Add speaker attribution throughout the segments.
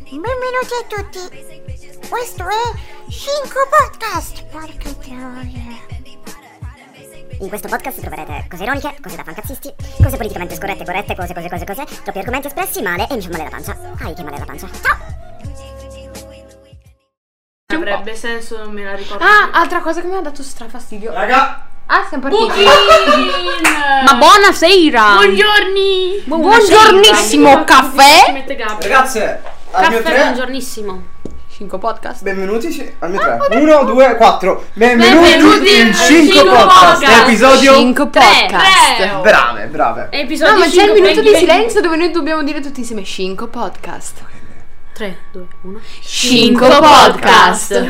Speaker 1: Benvenuti a tutti. Questo è Shinko Podcast. Porca troia.
Speaker 2: In questo podcast troverete cose ironiche, cose da fancazzisti, cose politicamente scorrette, corrette, cose, cose, cose, cose, troppi argomenti espressi, male e mi fa male la pancia. Ai, che male la pancia. Ciao!
Speaker 3: Non Avrebbe senso, non me la ricordo.
Speaker 4: Ah, altra cosa che mi ha dato strafastidio.
Speaker 5: Raga,
Speaker 4: Ah, siamo partiti.
Speaker 3: Buchin!
Speaker 4: Ma buonasera!
Speaker 3: Buongiorni!
Speaker 4: Buongiornissimo
Speaker 3: Ci
Speaker 4: caffè!
Speaker 3: mette Gabriele.
Speaker 5: ragazze, al mio
Speaker 4: Caffè
Speaker 5: 3.
Speaker 4: buongiornissimo. 5 podcast.
Speaker 5: Benvenuti sì, al mio
Speaker 4: Ah,
Speaker 5: 3. 1, 2, 4. Benvenuti,
Speaker 3: Benvenuti
Speaker 5: in
Speaker 3: al
Speaker 5: 5
Speaker 3: Cinco
Speaker 5: podcast.
Speaker 3: Podcast.
Speaker 5: Episodio.
Speaker 4: 5 podcast.
Speaker 5: Brave, brave.
Speaker 3: Episodio
Speaker 4: No, ma c'è il
Speaker 3: cinque,
Speaker 4: minuto di
Speaker 3: ben-
Speaker 4: silenzio dove noi dobbiamo dire tutti insieme 5 podcast.
Speaker 3: 3, 2, 1.
Speaker 4: 5
Speaker 3: podcast.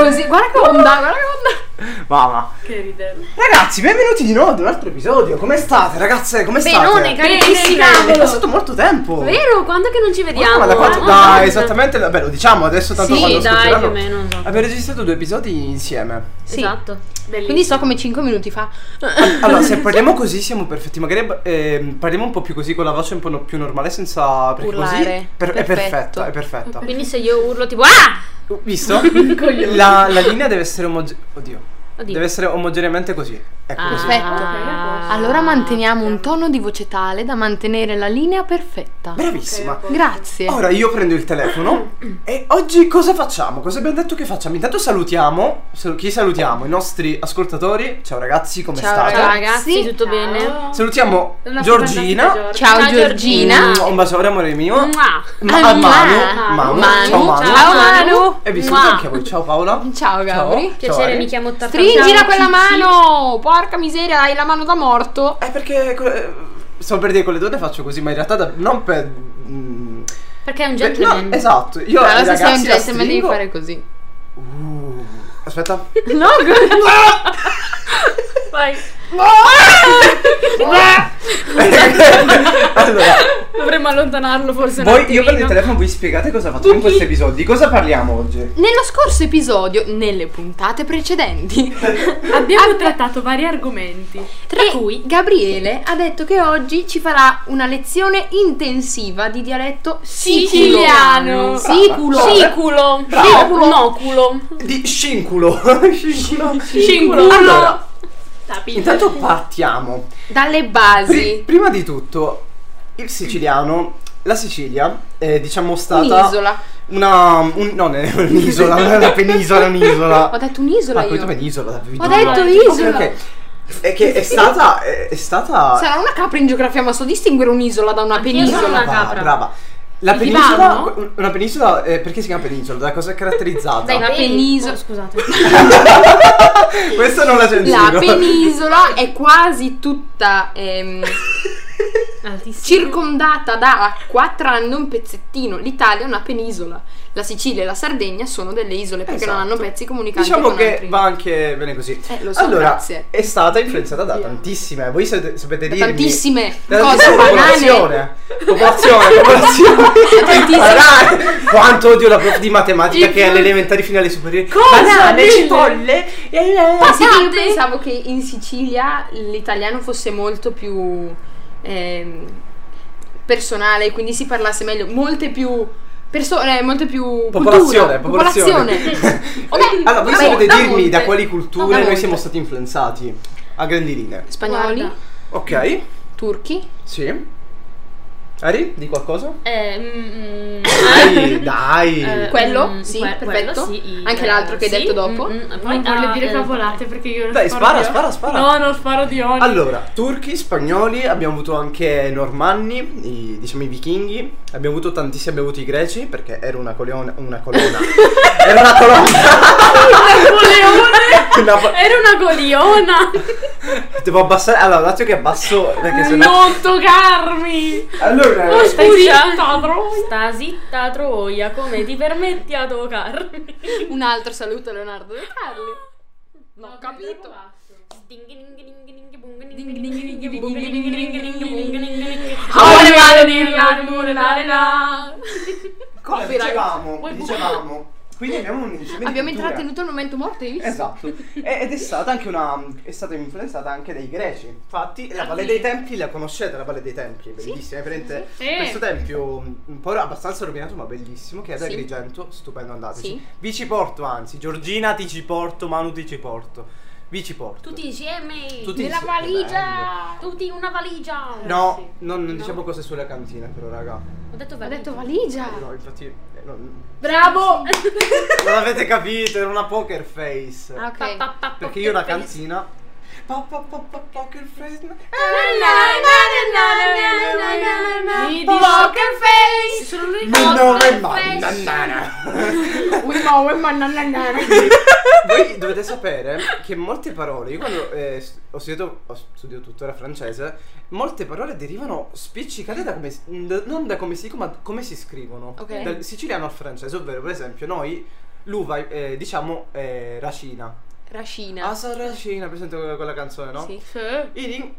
Speaker 4: Così, guarda che onda, guarda che onda.
Speaker 5: Mamma.
Speaker 3: Che ridere.
Speaker 5: Ragazzi, benvenuti di nuovo ad un altro episodio. Come state, ragazze? Come state?
Speaker 4: Benone, carissima.
Speaker 5: È passato molto tempo.
Speaker 4: Vero, quando che non ci vediamo?
Speaker 5: Ma da quanto?
Speaker 4: Ah,
Speaker 5: Da
Speaker 4: guarda.
Speaker 5: esattamente. Beh, lo diciamo adesso tanto
Speaker 4: Sì,
Speaker 5: quando
Speaker 4: dai,
Speaker 5: ascolteranno.
Speaker 3: più o meno, non so.
Speaker 5: Abbiamo registrato due episodi insieme.
Speaker 4: Sì.
Speaker 3: Esatto. Bellissimo.
Speaker 4: Quindi so come 5 minuti fa.
Speaker 5: Allora, se parliamo così siamo perfetti. Magari ehm, parliamo un po' più così con la voce un po' no- più normale senza perché
Speaker 4: Urlare.
Speaker 5: così per-
Speaker 4: Perfetto.
Speaker 5: è perfetta, è perfetta.
Speaker 4: Quindi se io urlo tipo ah!
Speaker 5: Visto? la, la linea deve essere omogenea. Oddio. Deve essere omogeneamente così. Ecco
Speaker 4: Ah.
Speaker 5: così.
Speaker 3: Ah.
Speaker 4: Perfetto. Allora manteniamo un tono di voce tale da mantenere la linea perfetta.
Speaker 5: Bravissima.
Speaker 4: Grazie.
Speaker 5: Ora io prendo il telefono e oggi cosa facciamo? Cosa abbiamo detto che facciamo? Intanto salutiamo, sal- chi salutiamo? I nostri ascoltatori. Ciao ragazzi, come
Speaker 4: Ciao,
Speaker 5: state?
Speaker 4: ragazzi.
Speaker 3: ragazzi, tutto bene?
Speaker 5: Salutiamo
Speaker 3: La nostra fantastica
Speaker 5: Giorgina.
Speaker 3: Giorgia.
Speaker 4: Ciao,
Speaker 3: Ciao,
Speaker 4: Giorgina.
Speaker 3: Giorgina.
Speaker 5: Mm, Un bacione amore mio.
Speaker 3: Mua.
Speaker 5: Ma-
Speaker 4: Ah,
Speaker 5: a Manu,
Speaker 4: Manu.
Speaker 5: Manu,
Speaker 4: Manu.
Speaker 5: ciao Manu.
Speaker 4: Ciao, Manu.
Speaker 5: E vi saluto
Speaker 3: Mua.
Speaker 5: anche a voi. Ciao Paola.
Speaker 4: Ciao Gabri.
Speaker 5: Ciao, eh.
Speaker 3: Piacere,
Speaker 5: Ari.
Speaker 3: mi chiamo Tartaglia.
Speaker 4: Stringila
Speaker 3: Ciao,
Speaker 4: quella
Speaker 3: Cici.
Speaker 4: mano! Porca miseria, hai la mano da morto.
Speaker 5: Eh perché eh, sto per dire con le donne faccio così, ma in realtà da- non per mm,
Speaker 3: Perché è un
Speaker 5: per-
Speaker 3: gentleman.
Speaker 5: no, esatto. Io
Speaker 4: Però
Speaker 5: ai
Speaker 4: se sei un
Speaker 5: ragazzi la
Speaker 4: gentleman devi
Speaker 5: stringo-
Speaker 4: fare così.
Speaker 5: Uh, aspetta.
Speaker 3: Vai.
Speaker 4: No,
Speaker 5: allora,
Speaker 3: Dovremmo allontanarlo forse.
Speaker 5: voi io prendo il telefono, voi spiegate cosa facciamo in questo episodio. Di cosa parliamo oggi?
Speaker 4: Nello scorso episodio, nelle puntate precedenti, Ah,
Speaker 3: Abbiamo trattato vari argomenti.
Speaker 4: tra cui Gabriele ha detto che oggi ci farà una lezione intensiva di dialetto
Speaker 3: Siciliano.
Speaker 4: siciliano.
Speaker 5: Ah,
Speaker 4: Siculo.
Speaker 5: Brava.
Speaker 3: Culo.
Speaker 4: Siculo.
Speaker 5: Bravo.
Speaker 3: Noculo.
Speaker 5: Di scinculo. scinculo.
Speaker 3: Scinculo.
Speaker 5: Allora,
Speaker 3: Tapito.
Speaker 5: intanto partiamo.
Speaker 4: Dalle
Speaker 5: Pri-
Speaker 4: basi.
Speaker 5: prima di tutto, il siciliano, la Sicilia è diciamo stata
Speaker 4: Un'isola.
Speaker 5: una un, no, non è un'isola, non è una penisola, un'isola.
Speaker 4: Ho detto un'isola
Speaker 5: Ah,
Speaker 4: io.
Speaker 5: poi tu penisola,
Speaker 4: Ho detto isola.
Speaker 5: È che è stata è, è stata
Speaker 4: Sarà una capra in geografia, ma so distinguere un'isola da una
Speaker 3: Anch'io
Speaker 4: penisola.
Speaker 3: sono una
Speaker 5: brava,
Speaker 3: capra.
Speaker 5: brava. La
Speaker 3: Il
Speaker 5: penisola,
Speaker 3: divano?
Speaker 5: una penisola, eh, perché si chiama penisola? Da cosa è caratterizzata?
Speaker 4: Dai, La penisola-
Speaker 3: Oh, scusate.
Speaker 5: Questa non la
Speaker 4: La
Speaker 5: censuro.
Speaker 4: penisola è quasi tutta ehm, circondata da acqua, tranne un pezzettino. L'Italia è una penisola. La Sicilia e la Sardegna sono delle isole perché non hanno
Speaker 5: Esatto.
Speaker 4: pezzi comunicanti
Speaker 5: Diciamo
Speaker 4: con
Speaker 5: che
Speaker 4: altri.
Speaker 5: va anche bene così.
Speaker 4: Eh, lo so,
Speaker 5: allora,
Speaker 4: grazie.
Speaker 5: è stata influenzata da tantissime. Voi sapete, sapete
Speaker 4: Da
Speaker 5: dirmi
Speaker 4: tantissime
Speaker 5: da
Speaker 4: cose
Speaker 5: tantissime
Speaker 4: banane.
Speaker 5: popolazione. Popolazione, popolazione.
Speaker 4: Cioè,
Speaker 5: Banane. Quanto odio la prof di matematica che è alle elementari fino alle superiori. Banane, cipolle. e-
Speaker 4: Ah, sì, io pensavo che in Sicilia l'italiano fosse molto più ehm, personale, quindi si parlasse meglio, molte più persone, molte più cultura,
Speaker 5: Popolazione, popolazione.
Speaker 4: Ok,
Speaker 5: Allora, voi
Speaker 4: vabbè,
Speaker 5: sapete
Speaker 4: da
Speaker 5: dirmi
Speaker 4: monte.
Speaker 5: da quali
Speaker 4: No,
Speaker 5: culture
Speaker 4: da
Speaker 5: noi
Speaker 4: monte.
Speaker 5: siamo stati influenzati? A grandi linee.
Speaker 4: Spagnoli,
Speaker 3: Guarda.
Speaker 5: Ok,
Speaker 4: turchi,
Speaker 5: sì. Ari, di qualcosa?
Speaker 3: Eh, mm, mm,
Speaker 5: Dai, dai.
Speaker 3: eh,
Speaker 4: quello?
Speaker 3: mm,
Speaker 4: Sì,
Speaker 3: que-
Speaker 4: perfetto.
Speaker 3: quello sì,
Speaker 4: Anche
Speaker 3: eh,
Speaker 4: l'altro che hai
Speaker 3: sì.
Speaker 4: detto dopo.
Speaker 3: Mm, mm, poi,
Speaker 6: Non voglio
Speaker 3: ah,
Speaker 6: dire
Speaker 3: eh,
Speaker 6: cavolate perché io non
Speaker 5: Dai, spara,
Speaker 6: io.
Speaker 5: spara, spara.
Speaker 6: No, non sparo di ogni.
Speaker 5: Allora, turchi, spagnoli, abbiamo avuto anche normanni, i, diciamo i vichinghi, abbiamo avuto tantissimi, abbiamo avuto i greci perché era una colonna, una colonna, era una colonna,
Speaker 6: Napoleone
Speaker 5: Una po-
Speaker 6: era una goliona.
Speaker 5: devo abbassare, allora un attimo che abbasso perché sennò...
Speaker 6: Non toccarmi.
Speaker 5: Allora,
Speaker 6: Oh,
Speaker 5: eh,
Speaker 6: stai
Speaker 3: Scusi.
Speaker 6: zitta, bro.
Speaker 3: Sta zitta troia, come ti permetti a toccarmi?
Speaker 4: un altro saluto a Leonardo De Carli. No, ho capito.
Speaker 6: Amore male di là, amore la la.
Speaker 5: cosa dicevamo? Dicevamo Quindi abbiamo un insieme di
Speaker 4: Abbiamo
Speaker 5: culture.
Speaker 4: intrattenuto il momento morto, hai visto?
Speaker 5: Esatto, E- ed è stata anche una. è stata influenzata anche dai greci. Infatti, la Valle dei Templi la conoscete, la Valle dei Templi, è bellissima. È presente
Speaker 6: Sì.
Speaker 5: questo tempio un po' abbastanza rovinato, ma bellissimo, che è ad
Speaker 4: Sì.
Speaker 5: Agrigento, stupendo andateci.
Speaker 4: Sì.
Speaker 5: Vi ci porto, anzi, Giorgina ti ci porto, Manu ti ci porto. Vi ci porto.
Speaker 6: Tutti insieme.
Speaker 5: Tutti
Speaker 6: nella
Speaker 5: insieme,
Speaker 6: valigia. Tutti in una valigia.
Speaker 5: No,
Speaker 6: Sì.
Speaker 5: non, non diciamo cose sulla cantina, però, raga.
Speaker 6: Ho detto
Speaker 4: Ho
Speaker 5: Eh.
Speaker 6: valigia.
Speaker 4: detto valigia.
Speaker 5: No, infatti. eh, non,
Speaker 4: Bravo!
Speaker 5: non avete capito, era una poker face.
Speaker 4: Ah,
Speaker 6: Pa,
Speaker 4: ok.
Speaker 6: pa, pa,
Speaker 5: Perché io una
Speaker 6: poker face.
Speaker 5: canzina. Pa, pa, pa, pa, poker face.
Speaker 6: Mi
Speaker 4: Poker face!
Speaker 6: Sono lui
Speaker 5: Mi nove man-
Speaker 6: face.
Speaker 5: nanana.
Speaker 4: We know, we man- na- na- na- na.
Speaker 5: Voi dovete sapere che molte parole, io quando eh, s- ho studiato, ho studiato tuttora francese, molte parole derivano spiccicate da come, si- da- non da come si dicono, ma da come si scrivono.
Speaker 4: Ok.
Speaker 5: Dal siciliano al francese, ovvero per esempio noi l'uva eh, diciamo eh, racina.
Speaker 4: Rascina.
Speaker 5: Ah, sono racina, presente quella, quella canzone, no?
Speaker 4: Sì.
Speaker 6: Sì.
Speaker 5: In, in-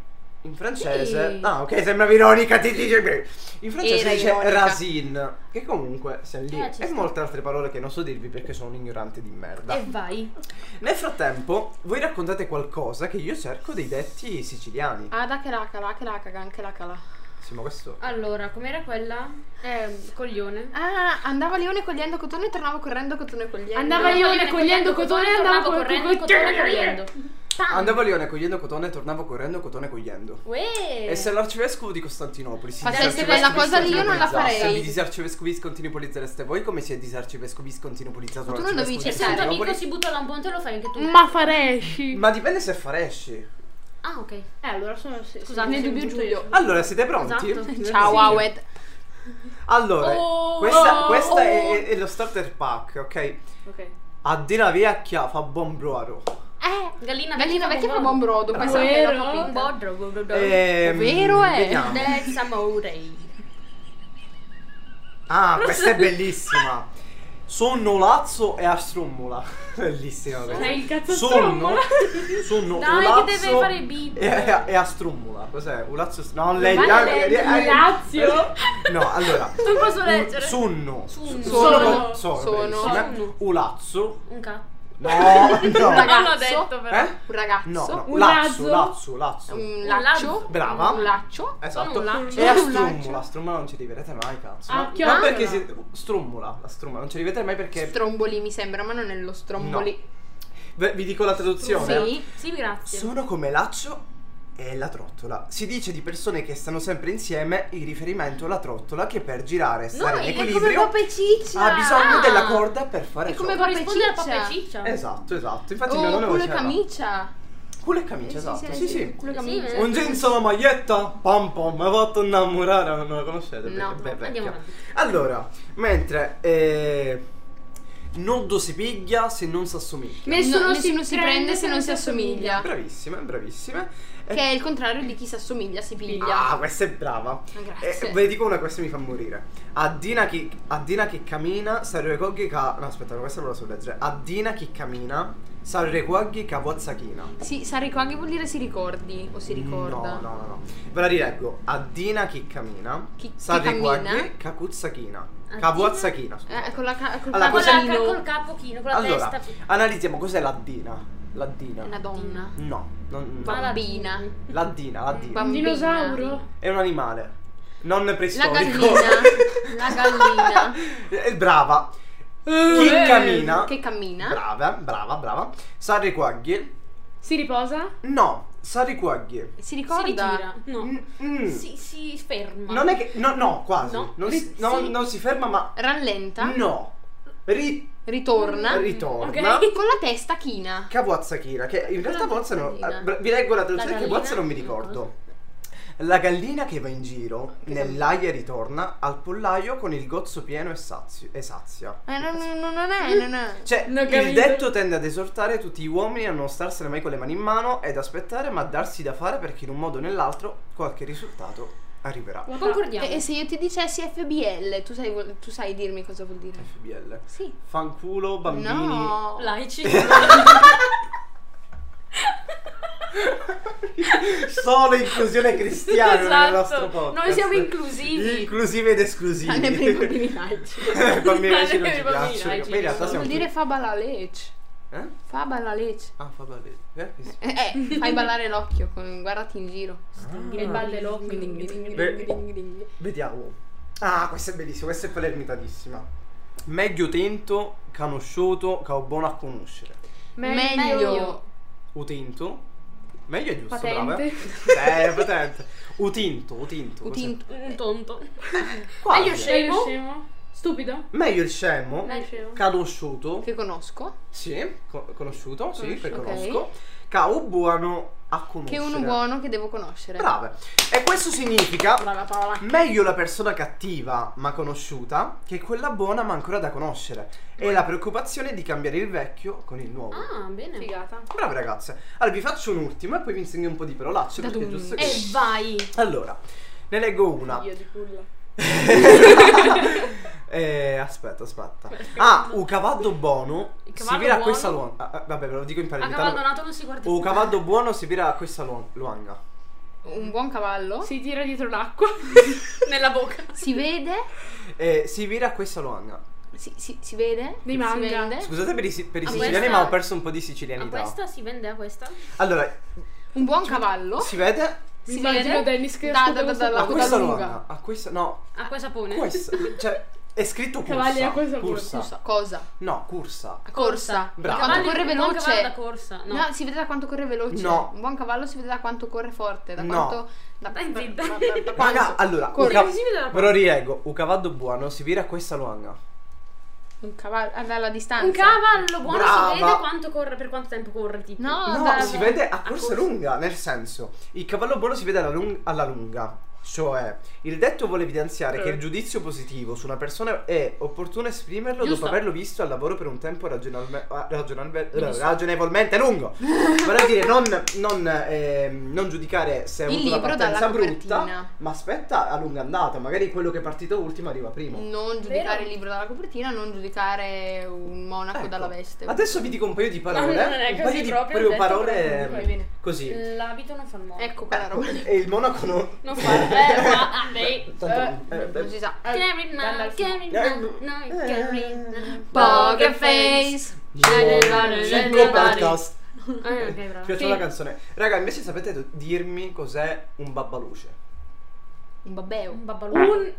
Speaker 5: in francese.
Speaker 4: Sì.
Speaker 5: Ah, ok, sembra ironica. Ti dice. In francese
Speaker 4: Era
Speaker 5: dice
Speaker 4: ironica.
Speaker 5: rasin. Che comunque siamo lì.
Speaker 6: Eh, ci
Speaker 5: e
Speaker 6: sta.
Speaker 5: molte altre parole che non so dirvi perché sono un ignorante di merda.
Speaker 4: Eh.
Speaker 6: E vai.
Speaker 5: Nel frattempo, voi raccontate qualcosa che io cerco dei detti siciliani.
Speaker 4: Ah, da che raca, la che raca, anche la cala.
Speaker 5: Sì, ma questo.
Speaker 6: Allora, com'era quella? Eh, coglione.
Speaker 4: Ah, andava leone cogliendo cotone e tornava correndo cotone cogliendo.
Speaker 6: Andava io
Speaker 4: leone.
Speaker 6: le cogliendo cotone, andavo correndo cotone cogliendo.
Speaker 5: Andavo a Lione cogliendo cotone e tornavo correndo cotone cogliendo.
Speaker 6: Uè.
Speaker 5: E se l'arcivescovo di Costantinopoli si
Speaker 4: Facesse
Speaker 5: disarcivescovi
Speaker 4: quella cosa lì, io non la
Speaker 5: scontinopolizzasse,
Speaker 4: farei.
Speaker 5: Vi disarcivescovi scontinopolizzereste voi come si è disarcivescovi scontinopolizzato
Speaker 4: Ma tu non dovevi
Speaker 5: l'arcivescovo di
Speaker 6: Se un tuo amico
Speaker 5: Costantinopoli?
Speaker 6: si butta da un ponte lo fai anche tu.
Speaker 3: Ma faresci.
Speaker 5: Ma dipende se faresci.
Speaker 6: Ah, ok.
Speaker 3: Eh, allora sono... se-
Speaker 6: Scusate,
Speaker 4: Nel
Speaker 6: se
Speaker 4: dubbio
Speaker 6: mi butto
Speaker 4: Giulio.
Speaker 6: io.
Speaker 5: Allora, siete pronti?
Speaker 6: Esatto.
Speaker 4: Ciao, Eh, Awed.
Speaker 5: Allora,
Speaker 6: Oh,
Speaker 5: questa,
Speaker 6: oh,
Speaker 5: questa è-
Speaker 6: oh.
Speaker 5: È, è lo starter pack, ok?
Speaker 6: Ok.
Speaker 5: A di la vecchia fa buon brodo.
Speaker 4: Eh,
Speaker 6: Gallina
Speaker 4: gallina vecchia fa buon brodo, questa non
Speaker 6: Bravo.
Speaker 3: Vero?
Speaker 4: l'ho capita.
Speaker 6: Un bodro, bodro, bodro.
Speaker 5: Ehm,
Speaker 4: Vero è?
Speaker 5: vediamo.
Speaker 6: Del Samurai.
Speaker 5: Ah, questa è bellissima. Sonno lazzo e astrommola. Bellissima questa.
Speaker 6: Sei il cazzo
Speaker 5: Sonno,
Speaker 6: strommola.
Speaker 5: sonno
Speaker 6: Dai, che
Speaker 5: olazzo
Speaker 6: deve fare il bip.
Speaker 5: E, e, e astrommola. Cos'è? Ulazzo. No, lei.
Speaker 6: Ma
Speaker 5: ah,
Speaker 6: lei-
Speaker 5: eh, eh,
Speaker 6: Lazio?
Speaker 5: No, allora.
Speaker 6: Non posso leggere.
Speaker 5: Sonno.
Speaker 6: Sunno.
Speaker 5: Sono.
Speaker 4: Sono.
Speaker 5: Sono.
Speaker 4: Sono.
Speaker 5: bellissime. Ulazzo.
Speaker 6: Un ca.
Speaker 5: No, no.
Speaker 4: Ragazzo.
Speaker 6: Non l'ho detto però.
Speaker 5: Eh?
Speaker 4: Un ragazzo.
Speaker 5: No, no.
Speaker 3: Un lazzo.
Speaker 5: lazzo, lazzo, lazzo.
Speaker 4: Un
Speaker 6: lazzo.
Speaker 4: laccio.
Speaker 5: Brava.
Speaker 4: Un laccio.
Speaker 5: Esatto.
Speaker 6: Sono un laccio.
Speaker 5: E la
Speaker 4: Sono un laccio.
Speaker 5: strummola, strummola non ci arriverete mai, cazzo.
Speaker 6: Ah,
Speaker 5: Ma- ma
Speaker 6: chiocciola.
Speaker 5: perché si... Strummola, la strummola, non ci arriverete mai perché...
Speaker 4: Stromboli mi sembra, ma non è lo stromboli.
Speaker 5: Beh, vi dico la traduzione.
Speaker 4: Sì.
Speaker 6: Sì, grazie.
Speaker 5: Sono come Laccio e la trottola. Si dice di persone che stanno sempre insieme in riferimento alla trottola che per girare e stare in
Speaker 4: è come
Speaker 5: equilibrio
Speaker 4: Papa Ciccia.
Speaker 5: ha bisogno
Speaker 6: Ah!
Speaker 5: della corda per fare
Speaker 4: È
Speaker 5: ciò.
Speaker 4: come Papa
Speaker 6: Corrisponde alla
Speaker 4: Ciccia.
Speaker 6: pappeciccia.
Speaker 5: Esatto, esatto. Infatti mio
Speaker 4: Oh,
Speaker 5: nonno
Speaker 4: culo e
Speaker 5: diceva-
Speaker 4: camicia. Eh
Speaker 5: Culo e camicia, esatto. Sì, sì.
Speaker 4: Culo e
Speaker 6: Sì,
Speaker 4: camicia.
Speaker 6: vero.
Speaker 5: Un jeans alla maglietta, pam pam, mi ha fatto innamorare, non la
Speaker 4: No,
Speaker 5: conoscete? perché è
Speaker 6: no,
Speaker 5: vecchia.
Speaker 6: andiamo avanti.
Speaker 5: Allora, mentre eh, Noddo si piglia se non si assomiglia.
Speaker 4: No, nessuno si prende se non si assomiglia.
Speaker 5: Bravissime, bravissime.
Speaker 4: Che è il contrario di chi si assomiglia, si piglia.
Speaker 5: Ah, questa è brava.
Speaker 4: Grazie.
Speaker 5: Eh, ve ne dico una, questa mi fa morire. Addina chi, Addina chi cammina, sarre coghi ca... No, aspetta, questa non la so leggere. Addina chi cammina, sarre coghi ca vozzachina.
Speaker 4: Sì, Sarico anche vuol dire si ricordi o si ricorda.
Speaker 5: No, no, no, no. Ve la rileggo. Addina chi cammina.
Speaker 4: Chi- chi
Speaker 5: Sadeguaghi
Speaker 4: cammina?
Speaker 5: cacuzzachina.
Speaker 6: Addina?
Speaker 5: Cavuazzachina. scusa.
Speaker 4: Eh, con la ca- col
Speaker 5: Allora,
Speaker 6: Con
Speaker 5: cos'è-
Speaker 6: la,
Speaker 4: capolino.
Speaker 6: col capo chino, con la
Speaker 5: Allora,
Speaker 6: testa.
Speaker 5: analizziamo cos'è l'addina. L'addina.
Speaker 4: Una donna.
Speaker 5: No, non, no.
Speaker 6: Ma Ah, la-
Speaker 4: Bambina.
Speaker 5: L'addina, l'addina.
Speaker 4: Bam-
Speaker 3: Un dinosauro.
Speaker 5: È un animale. Non
Speaker 4: La
Speaker 5: preistorico.
Speaker 4: gallina. la gallina.
Speaker 5: Eh, brava. Chi cammina?
Speaker 4: Che cammina.
Speaker 5: Brava, brava, brava. Sarequaghi.
Speaker 3: Si riposa?
Speaker 5: No, sarequaghi.
Speaker 4: Si
Speaker 6: Si
Speaker 4: ricorda.
Speaker 6: ritira. No.
Speaker 5: Mm, mm.
Speaker 6: Si, si ferma.
Speaker 5: Non è che. No, no, quasi.
Speaker 6: No.
Speaker 5: Non, si, no,
Speaker 6: Sì.
Speaker 5: non si ferma, ma.
Speaker 4: Rallenta.
Speaker 5: No. Ri-
Speaker 4: Ritorna. Eh,
Speaker 5: ritorna.
Speaker 6: Ok.
Speaker 4: con la testa china.
Speaker 5: Cavozza Kira, che in
Speaker 4: Quella
Speaker 5: realtà Bozza non.
Speaker 4: gallina.
Speaker 5: eh, bra- Vi leggo la traduzione
Speaker 6: La
Speaker 5: che
Speaker 6: gallina?
Speaker 5: Bozza non mi
Speaker 6: No,
Speaker 5: ricordo. La gallina che va in giro, nell'aia ritorna, al pollaio con il gozzo pieno e, sazio- e sazia.
Speaker 4: Eh, no, no, no, non è, non è.
Speaker 5: Cioè,
Speaker 3: Non ho
Speaker 5: il
Speaker 3: capito.
Speaker 5: detto tende ad esortare tutti gli uomini a non starsene mai con le mani in mano ed aspettare, ma darsi da fare perché in un modo o nell'altro qualche risultato arriverà.
Speaker 6: Concordiamo.
Speaker 4: E, e se io ti dicessi FBL, tu sai, vol- tu sai dirmi cosa vuol dire?
Speaker 5: FBL.
Speaker 4: Sì.
Speaker 5: Fanculo, bambini.
Speaker 4: No.
Speaker 6: Laici.
Speaker 5: Solo inclusione cristiana nel nostro
Speaker 6: Esatto.
Speaker 5: podcast.
Speaker 6: Noi siamo inclusivi.
Speaker 5: Inclusive ed esclusivi.
Speaker 4: Tranne per i bambini laici.
Speaker 5: I bambini laici non
Speaker 6: Per
Speaker 5: ci
Speaker 6: i bambini
Speaker 5: piacciono.
Speaker 6: laici
Speaker 5: Poi in realtà
Speaker 6: non
Speaker 5: siamo
Speaker 4: Vuol dire fa balla lec.
Speaker 5: Eh?
Speaker 4: Fa balla lec.
Speaker 5: Ah, fa bene. Eh, sì.
Speaker 4: Eh, eh, fai ballare l'occhio, con- guardati in giro.
Speaker 5: Ah.
Speaker 6: E balle l'occhio.
Speaker 5: Vediamo. Ah, questa è bellissima, questa è palermitanissima. Meglio utento, canosciuto, che ho buono a conoscere.
Speaker 4: Meglio.
Speaker 5: Utento? Meglio è giusto, brava.
Speaker 6: Patente.
Speaker 5: Eh, Eh, patente. Utinto, utinto. cos'è?
Speaker 4: Utinto.
Speaker 6: Un tonto.
Speaker 5: Quasi.
Speaker 6: Meglio scemo.
Speaker 3: scemo.
Speaker 6: Stupido.
Speaker 5: Meglio il scemo,
Speaker 6: Meglio scemo.
Speaker 5: canosciuto,
Speaker 4: Che conosco.
Speaker 5: sì, co- conosciuto, sì, che
Speaker 4: Conosciuto, ok.
Speaker 5: conosco, cavo buono a
Speaker 4: Che
Speaker 5: conoscere.
Speaker 4: è uno buono che devo conoscere.
Speaker 5: Brava. E questo significa
Speaker 6: Brava parola.
Speaker 5: Meglio la persona cattiva ma conosciuta che quella buona ma ancora da conoscere. E la preoccupazione di cambiare il vecchio con il nuovo.
Speaker 6: Ah, bene. Figata.
Speaker 5: Brave ragazze. Allora vi faccio un'ultima e poi vi insegno un po' di parolacce
Speaker 4: Da
Speaker 5: perché è
Speaker 4: dun.
Speaker 5: giusto che...
Speaker 6: E vai.
Speaker 5: Allora, ne leggo una.
Speaker 3: Io di culla.
Speaker 5: Eh, aspetta, aspetta. Ah, un cavallo buono
Speaker 6: Il
Speaker 5: si
Speaker 6: cavallo
Speaker 5: vira a
Speaker 6: buono?
Speaker 5: questa luanga. Ah, ah, vabbè, ve lo dico in
Speaker 6: A
Speaker 5: palermitano.
Speaker 6: cavallo nato non si guarda.
Speaker 5: Un Oh, cavallo buono si vira a questa luan- luanga.
Speaker 4: Un buon cavallo.
Speaker 3: Si tira dietro l'acqua.
Speaker 6: Nella bocca.
Speaker 4: Si vede.
Speaker 5: Eh, si vira a questa luanga.
Speaker 4: Si, si- si vede.
Speaker 3: Dei
Speaker 4: Si
Speaker 3: manga.
Speaker 4: vede?
Speaker 5: Scusate per i, si- per i
Speaker 6: A
Speaker 5: siciliani,
Speaker 6: questa-
Speaker 5: ma ho perso un po' di
Speaker 6: A
Speaker 5: sicilianità.
Speaker 6: questa si vende a questa?
Speaker 5: Allora,
Speaker 4: Un buon
Speaker 6: Oh.
Speaker 4: cavallo.
Speaker 5: si vede
Speaker 3: Mi
Speaker 4: Si
Speaker 3: immagino
Speaker 4: vede?
Speaker 3: Dennis che
Speaker 4: Da-
Speaker 3: ascolta
Speaker 4: da- da-
Speaker 3: questo
Speaker 4: da-
Speaker 5: a
Speaker 4: coda
Speaker 5: questa
Speaker 4: lunga.
Speaker 5: luanga, a questa no,
Speaker 6: A questa sapone.
Speaker 5: questa, cioè è scritto cursa.
Speaker 3: Cavalli a questa lunga,
Speaker 5: cursa.
Speaker 4: Corsa. Cosa?
Speaker 5: No, cursa.
Speaker 4: Corsa.
Speaker 5: Brava.
Speaker 4: Da quanto
Speaker 6: Cavalli-
Speaker 4: corre
Speaker 6: un buon cavallo da
Speaker 4: veloce.
Speaker 6: corsa.
Speaker 4: No.
Speaker 6: No.
Speaker 4: si vede da quanto corre veloce.
Speaker 5: No.
Speaker 4: Un buon cavallo si vede da quanto corre forte. Da
Speaker 5: No.
Speaker 4: quanto. Da,
Speaker 6: Dai,
Speaker 4: da-
Speaker 6: zitta.
Speaker 4: da- da- da quanto.
Speaker 5: Raga, allora,
Speaker 4: Corri.
Speaker 5: un ca-
Speaker 6: Si vede la
Speaker 5: ve lo rileggo, un cavallo buono si vira a questa luanga.
Speaker 4: Un cavallo. ah, Dalla distanza.
Speaker 6: Un cavallo buono si
Speaker 5: Brava.
Speaker 6: vede quanto corre, per quanto tempo corre, tipo.
Speaker 4: No.
Speaker 5: no,
Speaker 4: dai.
Speaker 5: si vede a corsa lunga, nel senso, il cavallo buono si vede alla, lung- alla lunga. Cioè, il detto vuole evidenziare che il giudizio positivo su una persona è opportuno esprimerlo
Speaker 6: Giusto.
Speaker 5: dopo averlo visto al lavoro per un tempo ragionalme- ah, ragionalme- ragionevolmente lungo. Vorrei dire, non, non, ehm, non giudicare se è
Speaker 4: Il
Speaker 5: una
Speaker 4: libro dalla
Speaker 5: partenza brutta,
Speaker 4: copertina.
Speaker 5: ma aspetta a lunga andata, magari quello che è partito ultimo arriva primo.
Speaker 4: Non giudicare
Speaker 6: Vero.
Speaker 4: il libro dalla copertina, non giudicare un monaco
Speaker 5: Ecco.
Speaker 4: dalla veste.
Speaker 5: Adesso vi dico un paio di parole.
Speaker 6: No, non è
Speaker 5: un
Speaker 6: così
Speaker 5: paio di
Speaker 6: proprio,
Speaker 5: proprio
Speaker 6: ho detto, però
Speaker 5: parole
Speaker 6: comunque va bene.
Speaker 5: così.
Speaker 7: Eh,
Speaker 6: L'abito non fa il
Speaker 3: Eh,
Speaker 6: modo.
Speaker 4: Ecco quella roba.
Speaker 5: E il monaco non.
Speaker 6: Non fa. Eh, ma. Ah, lei.
Speaker 5: Tanto, eh,
Speaker 4: Non si sa.
Speaker 6: Carina,
Speaker 3: Gandalf.
Speaker 6: Carina, noi Carina.
Speaker 4: Poker face.
Speaker 5: Cinque podcast.
Speaker 6: Ah, ok, brava.
Speaker 5: Mi piace la canzone. Raga, invece sapete do- dirmi cos'è un babbaluce?
Speaker 4: Un babbeo.
Speaker 6: Un babbalone.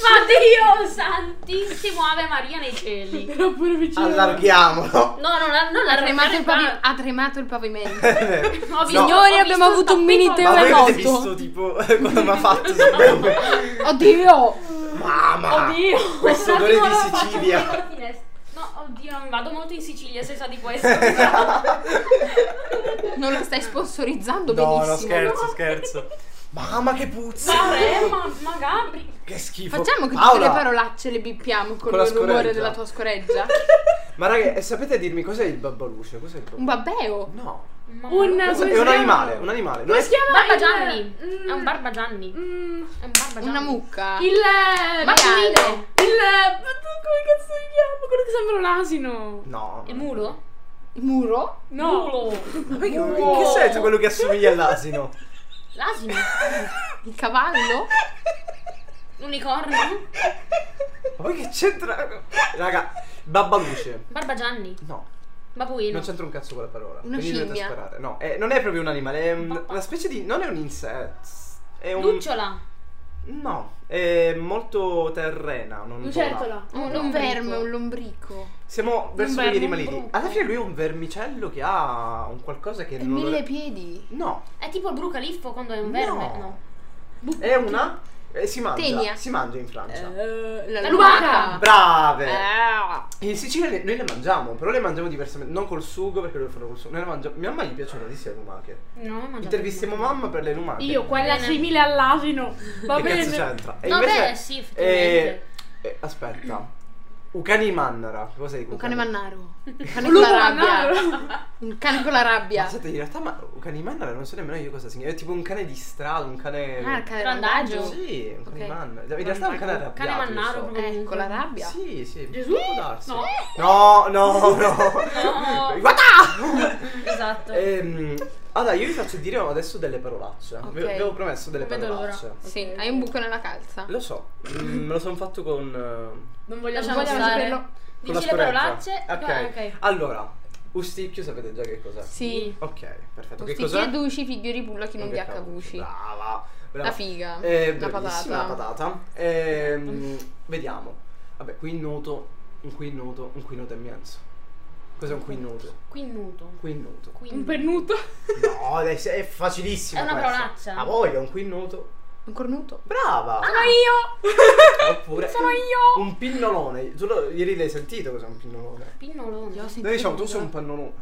Speaker 6: Ma Dio santissimo Ave Maria nei cieli.
Speaker 3: Era pure
Speaker 4: Ah,
Speaker 3: vicino.
Speaker 5: Allarghiamolo.
Speaker 6: No, non, la- non
Speaker 4: Ha
Speaker 6: la
Speaker 4: tremato, il pavi-
Speaker 6: qua.
Speaker 4: ha tremato il pavimento.
Speaker 6: No, vi-
Speaker 5: No.
Speaker 4: Signori,
Speaker 6: ho
Speaker 4: abbiamo
Speaker 6: visto
Speaker 4: avuto un
Speaker 6: il
Speaker 4: mini
Speaker 6: tappeto.
Speaker 5: Ma
Speaker 4: Era
Speaker 5: voi avete
Speaker 4: rotto.
Speaker 5: visto tipo quando mi ha fatto sul meme?
Speaker 4: Oddio!
Speaker 5: Mamma!
Speaker 3: Oddio.
Speaker 5: Ah, Questo
Speaker 6: Un
Speaker 5: odore
Speaker 6: attimo,
Speaker 5: di
Speaker 6: la faccio aprire
Speaker 5: Sicilia.
Speaker 6: la finestra. No, oddio, non vado molto in Sicilia se sa di questo. Vabbè,
Speaker 4: Non lo stai sponsorizzando
Speaker 5: No, no,
Speaker 4: benissimo.
Speaker 5: scherzo, scherzo. Mamma che puzza!
Speaker 6: ma, ma Gabri.
Speaker 5: Che schifo.
Speaker 4: Facciamo che tutte
Speaker 5: Paola.
Speaker 4: le parolacce le bippiamo con,
Speaker 5: Con la
Speaker 4: il rumore
Speaker 5: scoreggia.
Speaker 4: della tua scoreggia.
Speaker 5: Ma raga, e sapete dirmi cos'è il babbaluce? Cos'è il
Speaker 4: Un
Speaker 5: babbaluce?
Speaker 4: babbeo.
Speaker 5: No.
Speaker 3: Un-
Speaker 6: Mamma.
Speaker 3: come si
Speaker 5: è un
Speaker 3: chiama?
Speaker 5: animale, un animale. Non
Speaker 3: Come
Speaker 5: è-
Speaker 3: si chiama?
Speaker 6: Barba
Speaker 3: Il-
Speaker 6: Gianni. È un
Speaker 3: mm,
Speaker 6: Barba Gianni.
Speaker 3: mm,
Speaker 6: È un Barba Gianni.
Speaker 4: Una
Speaker 6: Ah.
Speaker 4: mucca.
Speaker 3: Il
Speaker 4: Ma
Speaker 3: reale.
Speaker 4: Pino.
Speaker 3: Il come cazzo si chiama? Quello che sembra un asino.
Speaker 5: No.
Speaker 6: Il muro?
Speaker 4: muro.
Speaker 3: No.
Speaker 6: Mulo.
Speaker 5: Ma perché- in che senso quello che assomiglia all'asino?
Speaker 6: L'asino?
Speaker 4: Il cavallo.
Speaker 6: L'unicorno?
Speaker 5: Ma poi che c'entra? Raga, babbaluce.
Speaker 6: Barba Gianni.
Speaker 5: No,
Speaker 6: Babuino.
Speaker 5: non c'entra un cazzo con la parola.
Speaker 4: Una
Speaker 5: quindi dovete
Speaker 4: scimmia.
Speaker 5: sparare. No, eh, non è proprio un animale, è un- una specie di. non è un insetto. È un.
Speaker 6: Lucciola.
Speaker 5: No, è molto terrena. Non vola.
Speaker 3: Lucertola.
Speaker 4: Un,
Speaker 6: lombrico.
Speaker 4: verme, un lombrico.
Speaker 5: Siamo verso
Speaker 3: verme,
Speaker 5: gli
Speaker 3: un
Speaker 5: animaliti.
Speaker 6: bruco.
Speaker 5: Alla fine lui è un vermicello che ha un qualcosa che
Speaker 4: E
Speaker 5: non.
Speaker 4: mille piedi.
Speaker 5: No,
Speaker 6: È tipo il brucaliffo quando è un verme.
Speaker 5: No.
Speaker 6: No.
Speaker 5: è una. eh, si mangia.
Speaker 4: Tenia.
Speaker 5: Si mangia in Francia.
Speaker 3: Eh,
Speaker 4: La
Speaker 6: La
Speaker 4: lumaca.
Speaker 6: lumaca.
Speaker 5: Brave!
Speaker 7: Eh.
Speaker 4: Ah.
Speaker 5: In Sicilia le- noi le mangiamo, però le mangiamo diversamente, non col sugo perché lo fanno col sugo. Noi le mangiamo. Mia mamma gli piacciono tantissimo le lumache.
Speaker 6: No, ho mangiato
Speaker 5: Intervistiamo
Speaker 6: prima.
Speaker 5: mamma per le lumache.
Speaker 3: Io quella
Speaker 6: Bene.
Speaker 3: simile all'asino. Va
Speaker 5: Ah, che
Speaker 3: bene.
Speaker 5: cazzo c'entra? E
Speaker 6: No,
Speaker 5: invece-
Speaker 6: beh, sì,
Speaker 5: eh,
Speaker 6: effettivamente.
Speaker 5: eh, aspetta. Ucani Mannara. Cosa dico?
Speaker 4: Un cane mannaro. Un cane
Speaker 6: Un
Speaker 4: con
Speaker 6: lupo
Speaker 4: la rabbia.
Speaker 6: mannaro.
Speaker 4: Un cane con la
Speaker 5: Ma
Speaker 4: rabbia.
Speaker 5: senti, in realtà, ma Ucani Mannara non so nemmeno io cosa significa. È tipo un cane di strada, un cane.
Speaker 4: Ah, il cane
Speaker 6: Randaggio.
Speaker 4: randaggio.
Speaker 5: Sì, un cane
Speaker 4: Ok.
Speaker 5: Mannara. In realtà è un cane arrabbiato.
Speaker 6: Cane mannaro
Speaker 5: io so.
Speaker 6: proprio.
Speaker 4: Eh, con la rabbia.
Speaker 5: Sì, sì.
Speaker 6: Gesù?
Speaker 5: può darsi.
Speaker 6: No.
Speaker 5: No, no, no.
Speaker 6: No.
Speaker 5: Guarda!
Speaker 6: Esatto.
Speaker 7: Eh,
Speaker 5: Ehm, allora, io vi faccio dire adesso delle parolacce.
Speaker 4: Ok.
Speaker 5: Vi avevo promesso delle
Speaker 6: Non vedo
Speaker 5: parolacce.
Speaker 6: l'ora.
Speaker 4: Sì,
Speaker 6: Ok.
Speaker 4: hai un buco nella calza.
Speaker 5: Lo so, mm, me lo sono fatto con. eh,
Speaker 4: Non
Speaker 6: Non vogliamo
Speaker 4: vogliamo
Speaker 6: stare.
Speaker 4: saperlo.
Speaker 5: con la
Speaker 6: Dici le
Speaker 5: scorreggia.
Speaker 6: parolacce.
Speaker 5: Ok.
Speaker 6: Ah, ok.
Speaker 5: Allora, usticchio sapete già che cos'è.
Speaker 4: Sì.
Speaker 5: Ok, perfetto. Che
Speaker 4: Sticchi e
Speaker 5: cos'è?
Speaker 4: duci, figliori pulla chi non vi accavuci.
Speaker 5: Brava. brava.
Speaker 4: La figa.
Speaker 5: Eh,
Speaker 4: la
Speaker 5: bravissima,
Speaker 4: patata.
Speaker 5: La patata. Ehm, vediamo. Vabbè, quinnoto, un quinnoto, un quinnoto immenso. Cos'è un quinnoto?
Speaker 6: Quinnuto.
Speaker 5: Un quinnoto.
Speaker 4: Un pennuto.
Speaker 5: No, dai, se- è facilissimo.
Speaker 6: È una
Speaker 5: questo.
Speaker 6: parolaccia.
Speaker 5: A voglia, un quinnoto.
Speaker 4: Un cornuto.
Speaker 5: Brava!
Speaker 6: Sono io!
Speaker 5: Oppure
Speaker 6: Ah, Sono io!
Speaker 5: un pinnolone. Tu lo- ieri l'hai sentito cos'è un pinnolone?
Speaker 6: Pinnolone.
Speaker 4: Io ho sentito
Speaker 5: Noi diciamo tu
Speaker 4: dire.
Speaker 5: sei un pannolone.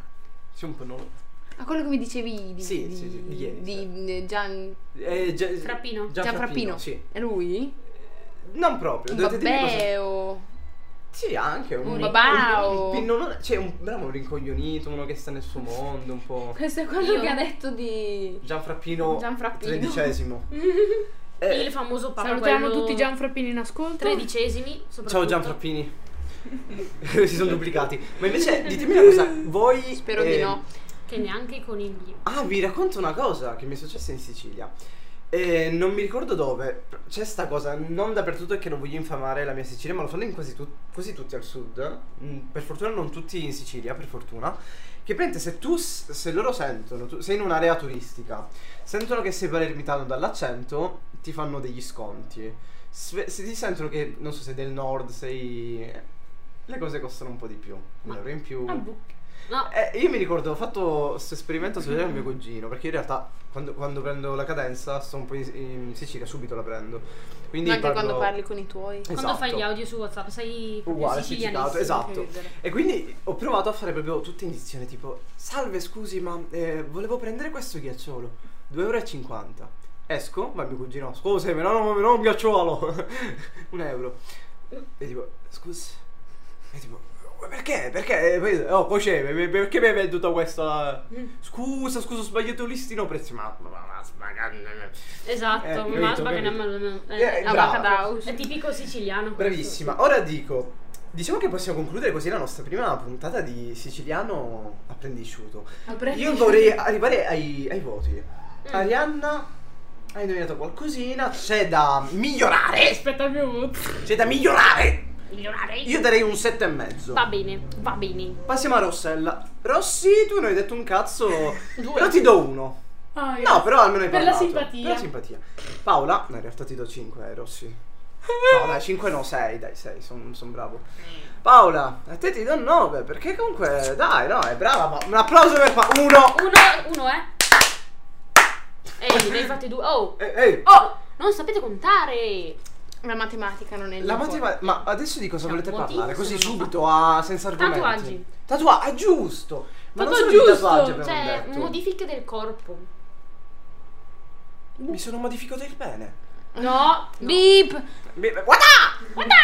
Speaker 5: Sei un pannolone.
Speaker 4: Ah, quello che mi dicevi di.
Speaker 5: Sì, sì, sì, di ieri
Speaker 4: di Gian.
Speaker 5: Eh, Gia- Gianfrappino,
Speaker 6: Frappino.
Speaker 4: Gianfrappino.
Speaker 5: Sì.
Speaker 4: È lui?
Speaker 5: Non proprio.
Speaker 4: Un
Speaker 5: dovete dirmi cosa-
Speaker 4: babbeo.
Speaker 5: Sì, anche un,
Speaker 4: Un babao.
Speaker 5: un- un pinnolone. Cioè, un bravo un rincoglionito, uno che sta nel suo mondo, un po'.
Speaker 4: Questo è quello
Speaker 6: Io?
Speaker 4: che ha detto di.
Speaker 5: Gianfrappino,
Speaker 4: Gianfrappino.
Speaker 5: tredicesimo. Eh,
Speaker 6: Il famoso papa
Speaker 7: Salutiamo
Speaker 6: quello-
Speaker 7: tutti i Gianfrappini in ascolto.
Speaker 6: Tredicesimi. soprattutto.
Speaker 5: Ciao Gianfrappini. si sono duplicati. Ma invece ditemi una cosa, voi...
Speaker 4: Spero di
Speaker 5: eh,
Speaker 4: no.
Speaker 6: Che neanche i conigli.
Speaker 5: Ah, vi racconto una cosa che mi è successa in Sicilia. Eh, non mi ricordo dove, c'è sta cosa, non dappertutto e che non voglio infamare la mia Sicilia, ma lo fanno in quasi, tu- quasi tutti al sud, Mm, per fortuna non tutti in Sicilia, per fortuna, che prende se tu, s- se loro sentono, tu sei in un'area turistica, sentono che sei palermitano dall'accento, ti fanno degli sconti. Se, se ti sentono che, non so, sei del nord, sei... le cose costano un po' di più, un
Speaker 6: Ma-
Speaker 5: euro in più.
Speaker 6: Ah, bu- No,
Speaker 5: Eh, io mi ricordo, ho fatto questo esperimento sulla mio cugino, perché in realtà quando, quando prendo la cadenza sto un po' in, in Sicilia, subito la prendo. Quindi
Speaker 4: Ma anche
Speaker 5: parlo-
Speaker 4: quando parli con i tuoi.
Speaker 6: quando
Speaker 5: Esatto.
Speaker 6: fai gli audio su WhatsApp sei proprio
Speaker 5: Uguale, sì, citato,
Speaker 6: sicilianissimo.
Speaker 5: esatto. E quindi ho provato a fare proprio tutto in dizione, tipo, salve scusi ma eh, volevo prendere questo ghiacciolo, 2,50 euro. Esco, ma mio cugino, scusami, no, no, no, un ghiacciolo, un euro. E tipo, scusi, e tipo, "Ma perché, perché, E poi, oh, cuoceva, per- perché mi hai venduto questa, scusa, scusa, ho sbagliato il listino prezzi, ma, ma, ma, ma, sbaga- Eh,
Speaker 6: Esatto,
Speaker 5: capito,
Speaker 6: ma sbaga
Speaker 5: capito.
Speaker 6: nemmeno-
Speaker 5: Eh,
Speaker 6: eh,
Speaker 5: brava.
Speaker 6: avocado. È tipico siciliano. questo.
Speaker 5: Bravissima. Ora dico, diciamo che possiamo concludere così la nostra prima puntata di siciliano apprendisciuto. Io vorrei arrivare ai, ai voti. Arianna, hai indovinato qualcosina, c'è da migliorare.
Speaker 7: Aspetta il mio voto.
Speaker 5: C'è da migliorare.
Speaker 6: Migliorare.
Speaker 5: Io darei un 7 e mezzo.
Speaker 6: Va bene, va bene.
Speaker 5: Passiamo a Rossella. Rossi, tu non hai detto un cazzo. Però ti do uno.
Speaker 7: Ah, io-
Speaker 5: No, però almeno hai
Speaker 7: Per la
Speaker 5: parlato.
Speaker 7: simpatia.
Speaker 5: Per la simpatia. Paola, no, in realtà ti do 5, eh, Rossi. No, dai, 5 no, 6, dai, 6, sono bravo. Paola, a te ti do 9, perché comunque, dai, no, è brava, ma un applauso per Paola. Uno.
Speaker 6: Uno, uno, eh. Ehi, ne hai fatti due. Oh,
Speaker 5: Eh, Ehi,
Speaker 6: oh, non sapete contare.
Speaker 4: La matematica non è
Speaker 5: la
Speaker 4: l'info.
Speaker 5: matematica, ma adesso di cosa
Speaker 6: Siamo
Speaker 5: volete
Speaker 6: motivi,
Speaker 5: parlare? Così
Speaker 6: sono-
Speaker 5: subito, ah, senza argomenti.
Speaker 6: Tatuaggi.
Speaker 5: Tatuaggi, ah, giusto. Ma
Speaker 6: Tutto
Speaker 5: non solo di
Speaker 6: giusto,
Speaker 5: tatuaggi abbiamo
Speaker 6: cioè
Speaker 5: detto.
Speaker 6: modifiche del corpo.
Speaker 5: Mi sono modificato il pene.
Speaker 4: No, beep.
Speaker 5: Be- Guarda!